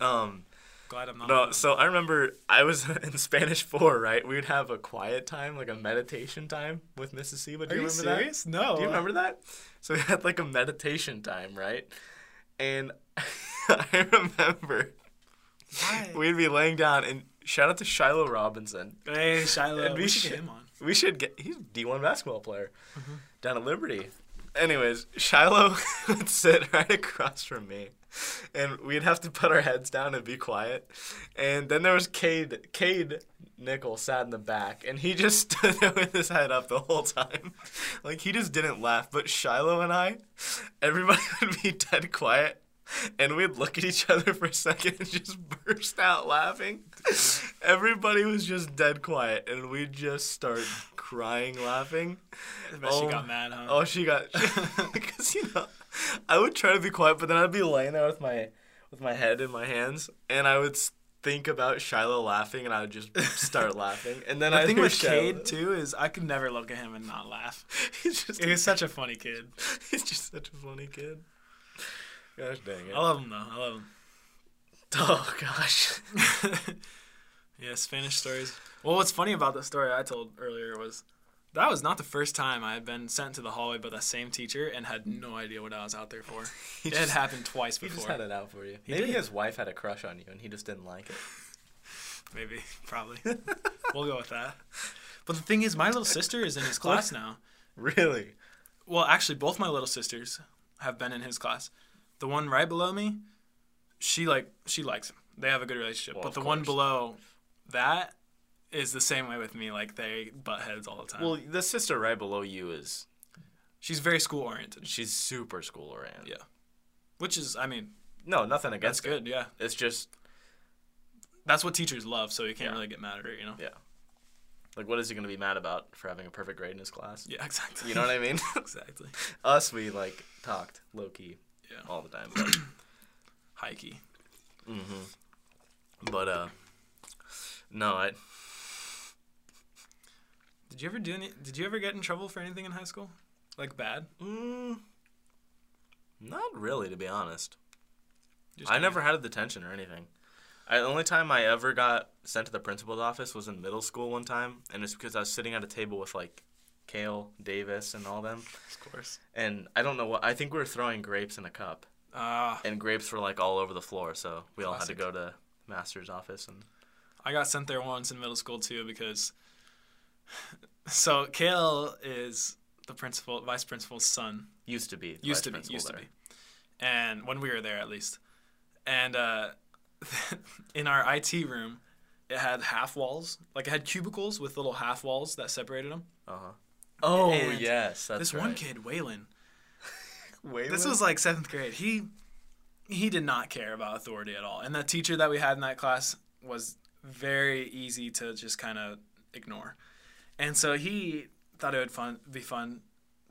A: [CLEARS THROAT] um,
B: Glad I'm not.
A: no, so I remember I was [LAUGHS] in Spanish four, right? We would have a quiet time, like a meditation time with Mrs. Seba. Do
B: Are
A: you,
B: you,
A: remember that?
B: serious? No.
A: Do you remember that? So we had like a meditation time, right? And [LAUGHS] I remember
B: Why?
A: we'd be laying down, and shout out to Shiloh Robinson.
B: Hey, Shiloh.
A: And
B: We,
A: we
B: should
A: should-
B: get him on.
A: We should get. He's a D1 basketball player down at Liberty. Anyways, Shiloh [LAUGHS] would sit right across from me, and we'd have to put our heads down and be quiet. And then there was Cade. Cade Nickel sat in the back, and he just [LAUGHS] stood there with his head up the whole time. [LAUGHS] Like, he just didn't laugh. But Shiloh and I, everybody [LAUGHS] would be dead quiet. And we'd look at each other for a second and just [LAUGHS] burst out laughing. Everybody was just dead quiet, and we'd just start crying laughing.
B: I bet she
A: Oh.
B: got mad, huh?
A: Oh, she got [LAUGHS] because you know, I would try to be quiet, but then I'd be laying there with my with my head in my hands, and I would s- think about Shiloh laughing, and I would just [LAUGHS] start laughing, and then
B: The
A: I
B: thing
A: hear
B: with
A: Shiloh.
B: Cade too is I could never look at him and not laugh. [LAUGHS]
A: He's just
B: He was such a funny kid.
A: [LAUGHS] he's just such a funny kid. Gosh dang it!
B: I love him though. I love
A: Oh [LAUGHS] gosh.
B: him. yeah, Spanish stories. Well, what's funny about the story I told earlier was that was not the first time I had been sent to the hallway by that same teacher and had no idea what I was out there for.
A: [LAUGHS] He
B: it had
A: just-
B: happened twice
A: He
B: before.
A: just had it out for you.
B: He
A: Maybe
B: did.
A: his wife had a crush on you, and he just didn't like it.
B: Maybe, [LAUGHS] probably. we'll go with that. But the thing is, my little sister is in
A: [LAUGHS]
B: his class now.
A: [LAUGHS] Really?
B: Well, actually, both my little sisters have been in his class. The one right below me, she like she likes him. They have a good relationship.
A: Well,
B: but
A: of
B: the one
A: course.
B: below that is the same way with me. Like they butt heads all the time.
A: Well, the sister right below you is
B: she's very school oriented,
A: she's super school oriented.
B: Yeah. which is, I mean,
A: No, nothing
B: that's
A: against it.
B: good. Yeah,
A: It's just
B: that's what teachers love. So you can't
A: Yeah.
B: really get mad at her, you know.
A: Yeah. Like, what is he going to be mad about for having a perfect grade in his class?
B: Yeah, [LAUGHS] exactly.
A: You know what I mean? [LAUGHS]
B: [LAUGHS] exactly.
A: Us, we like talked low key
B: Yeah.
A: all the time. But,
B: Hikey.
A: but, uh, no, I
B: Did you ever do any? Did you ever get in trouble for anything in high school? Like bad?
A: mm, not really to be honest.
B: Just
A: I never had a detention or anything. I, the only time I ever got sent to the principal's office was in middle school one time, and it's because I was sitting at a table with like Kale Davis and all them,
B: Of course.
A: and I don't know what I think we were throwing grapes in a cup.
B: Ah.
A: and grapes were like all over the floor, so we all had to
B: Classic.
A: go to master's office and
B: I got sent there once in middle school too because [LAUGHS] so Kale is the principal, vice principal's son.
A: used to be the vice
B: Used to be,
A: principal
B: used to
A: there.
B: be, and when we were there at least, and uh, [LAUGHS] in our IT room, it had half walls, like it had cubicles with little half walls that separated them.
A: Uh-huh. Oh
B: And
A: yes, that's
B: this one kid, Waylon,
A: Wait,
B: this was like seventh grade. He he did not care about authority at all, and the teacher that we had in that class was very easy to just kind of ignore. And so he thought it would fun be fun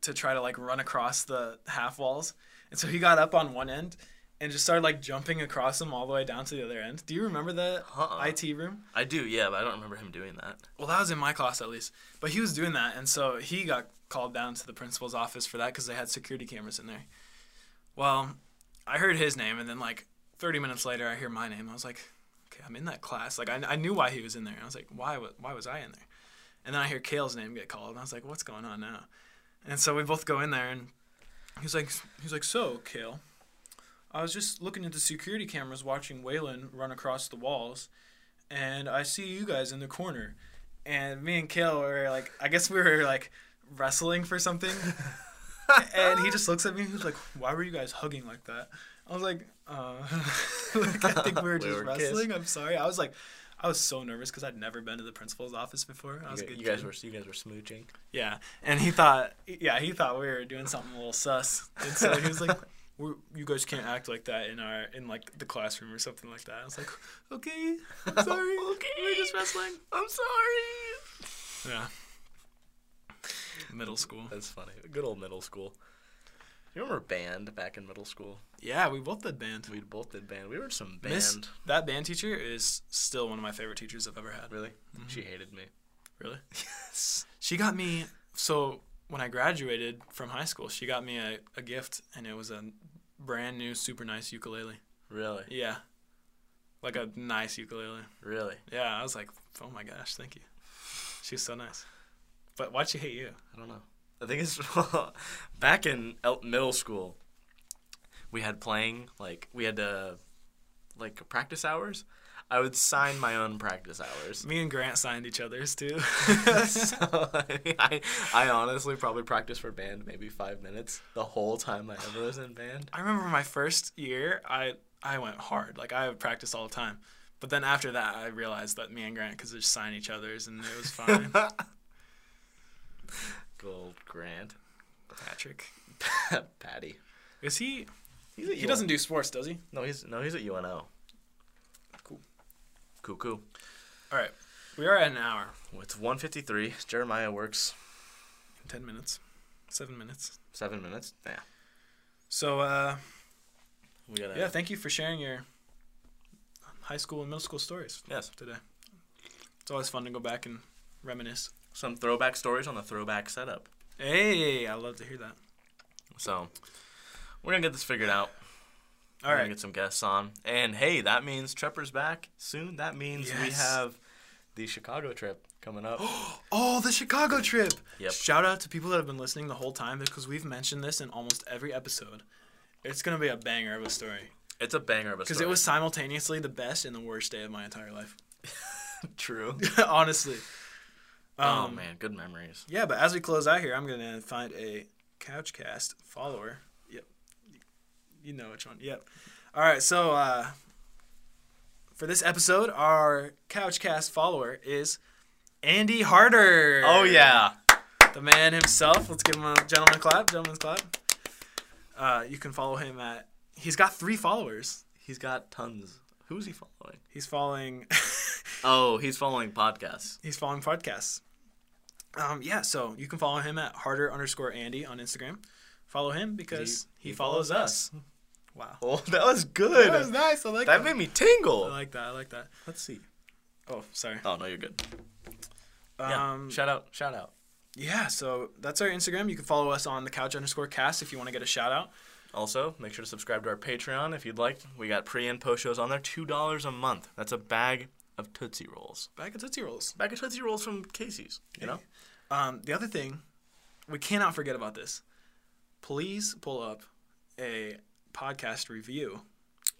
B: to try to like run across the half walls, and so he got up on one end and just started like jumping across them all the way down to the other end. Do you remember the
A: Uh-uh.
B: IT room?
A: I do, yeah, but I don't remember him doing that.
B: Well, that was in my class at least, but he was doing that, and so he got called down to the principal's office for that because they had security cameras in there. Well, I heard his name, and then like 30 minutes later, I hear my name. I was like, okay, I'm in that class. Like I, I knew why he was in there. I was like, why, wa- why was I in there? And then I hear Kale's name get called, and I was like, what's going on now? And so we both go in there, and he's like, he's like, so Kale, I was just looking at the security cameras, watching Waylon run across the walls, and I see you guys in the corner, and me and Kale were like, I guess we were like wrestling
A: [LAUGHS]
B: for something, and he just looks at me, and he's like, why were you guys hugging like that? I was like, uh, [LAUGHS] like, I think we were
A: [LAUGHS] We
B: just
A: were
B: wrestling. I'm sorry. I was like, I was so nervous because I'd never been to the principal's office before. I was a
A: you,
B: good
A: you guys
B: kid.
A: were you guys were smooching.
B: Yeah, and he thought, yeah, he thought we were doing something a little sus, and so he was like, [LAUGHS] we're, "You guys can't act like that in our in like the classroom or something like that." I was like, "Okay,
A: [LAUGHS]
B: I'm [LAUGHS] sorry,
A: Okay.
B: we're just wrestling."
A: I'm sorry.
B: Yeah, middle school.
A: That's funny. Good old middle school. You remember band back in middle school?
B: Yeah, we both did band.
A: We both did band. We were in some band.
B: Miss that band teacher is still one of my favorite teachers I've ever had.
A: Really?
B: Mm-hmm.
A: She hated me.
B: Really, she got me so when I graduated from high school, she got me a, a gift, and it was a brand new, super nice ukulele.
A: Really?
B: Yeah. Like a nice ukulele.
A: Really?
B: Yeah, I was like, oh my gosh, thank you. She's so nice. But why'd she hate you?
A: I don't know. I think it's [LAUGHS] back in el- middle school. We had playing like we had uh, like practice hours. I would sign my own practice hours. [LAUGHS]
B: [LAUGHS] Me and Grant signed each other's too. [LAUGHS]
A: so I, I honestly probably practiced for band maybe five minutes the whole time I ever was in band.
B: I remember my first year, I I went hard. Like I practiced all the time. But then after that, I realized that me and Grant could just sign each other's, and it was
A: [LAUGHS]
B: fine.
A: Gold Grant, [LAUGHS]
B: Patrick,
A: Patty.
B: is he?
A: He's at
B: He doesn't do sports, does he?
A: No, he's no, he's at UNO.
B: Cool.
A: Cuckoo.
B: All right, we are at an hour,
A: It's one fifty three. Jeremiah works
B: ten minutes, seven minutes.
A: seven minutes. Yeah.
B: So uh,
A: We gotta.
B: yeah, thank you for sharing your high school and middle school stories.
A: Yes.
B: today. It's always fun to go back and reminisce.
A: Some throwback stories on the throwback setup.
B: Hey, I love to hear that.
A: So we're gonna get this figured out.
B: All
A: We're gonna
B: right.
A: get some guests on. And hey, that means Trepper's back soon. That means we
B: Yes.
A: have the Chicago trip coming [GASPS] up.
B: Oh, the Chicago trip.
A: Yep.
B: Shout out to people that have been listening the whole time because we've mentioned this in almost every episode. It's gonna be a banger of a story
A: it's a banger of a
B: because
A: story.
B: it was simultaneously the best and the worst day of my entire life.
A: [LAUGHS]
B: [LAUGHS]
A: true.
B: Honestly. Um,
A: oh man, good memories.
B: Yeah, but as we close out here, I'm gonna find a Couchcast follower. Yep, you know which one. Yep. All right, so uh, for this episode, our Couchcast follower is Andy Harder.
A: Oh yeah.
B: the man himself. Let's give him a gentleman clap. Gentleman's clap. Uh, you can follow him at. He's got three followers.
A: He's got tons. Who's he following?
B: He's following. [LAUGHS]
A: Oh, he's following podcasts.
B: he's following podcasts. Um, yeah, so you can follow him at harder underscore Andy on Instagram. Follow him because he,
A: he
B: follows,
A: follows
B: us. [LAUGHS] Wow.
A: Oh, [LAUGHS] that was good.
B: That was nice. I like that.
A: That made me
B: I
A: tingle.
B: like that. I like that.
A: Let's see.
B: Oh, sorry.
A: Oh no, you're good. Yeah.
B: Um,
A: shout out. Shout out.
B: yeah, so that's our Instagram. You can follow us on the couch underscore cast if you want to get a shout out.
A: Also, make sure to subscribe to our Patreon if you'd like. We got pre and post shows on there. Two dollars a month. That's a bag of Tootsie Rolls.
B: Back at Tootsie Rolls.
A: Bag of Tootsie Rolls from Casey's. You know.
B: Um, the other thing, we cannot forget about this. Please pull up a podcast review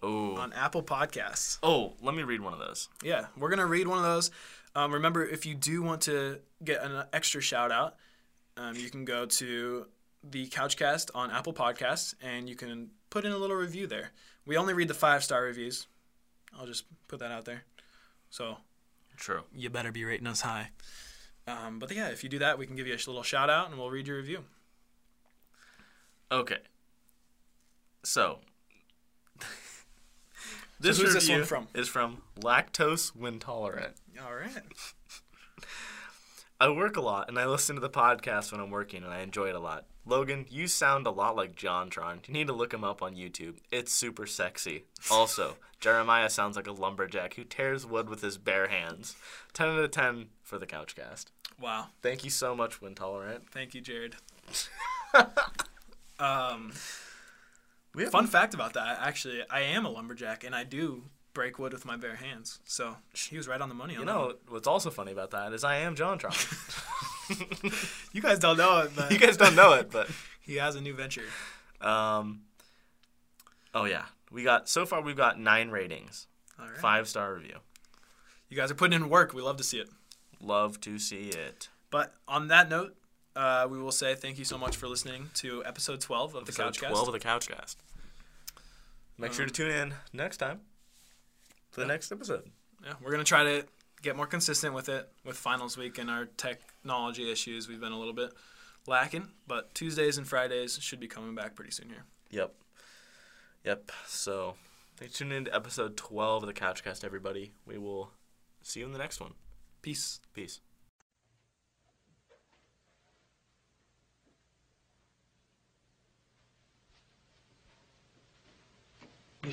A: Oh.
B: [LAUGHS] on Apple Podcasts.
A: Oh, let me read one of those.
B: Yeah, we're gonna read one of those. Um, remember, if you do want to get an extra shout out, um, you can go to the Couchcast on Apple Podcasts and you can put in a little review there. We only read the five star reviews. I'll just put that out there. So
A: True.
B: you better be rating us high. Um, but yeah, if you do that, we can give you a sh- little shout out and we'll read your review.
A: Okay. So. [LAUGHS]
B: So who's this one
A: review
B: from?
A: is from lactose intolerant.
B: All right.
A: I work a lot and I listen to the podcast when I'm working and I enjoy it a lot. Logan, you sound a lot like Jontron. You need to look him up on YouTube. It's super sexy.
B: [LAUGHS]
A: Also, Jeremiah sounds like a lumberjack who tears wood with his bare hands. 10 out of 10 for the Couchcast.
B: Wow.
A: Thank you so much, Wintolerant.
B: Thank
A: [LAUGHS]
B: you, Jared. um,
A: We have-
B: fun fact about that, actually, I am a lumberjack and I do break wood with my bare hands. So he was right on the money. On
A: You
B: that one. [LAUGHS]
A: know, what's also funny about that is I am Jontron.
B: You guys don't know
A: [LAUGHS]
B: it, but
A: you guys don't know it, but
B: he has a new venture.
A: um, oh yeah, we got so far we've got nine ratings,
B: All right.
A: five star review.
B: You guys are putting in work. We love to see it.
A: Love to see it.
B: But on that note, uh, we will say thank you so much for listening to episode 12 of the
A: Episode
B: Couchcast. Um,
A: twelve of the Couchcast. Make sure to tune in next time for the next episode.
B: Yeah, we're going to try to get more consistent with it with finals week and our technology issues. We've been a little bit lacking, but Tuesdays and Fridays should be coming back pretty soon here.
A: Yep, yep. So, thanks for tuning in to episode twelve of the Couchcast, everybody. We will see you in the next one.
B: Peace.
A: Peace.
C: You're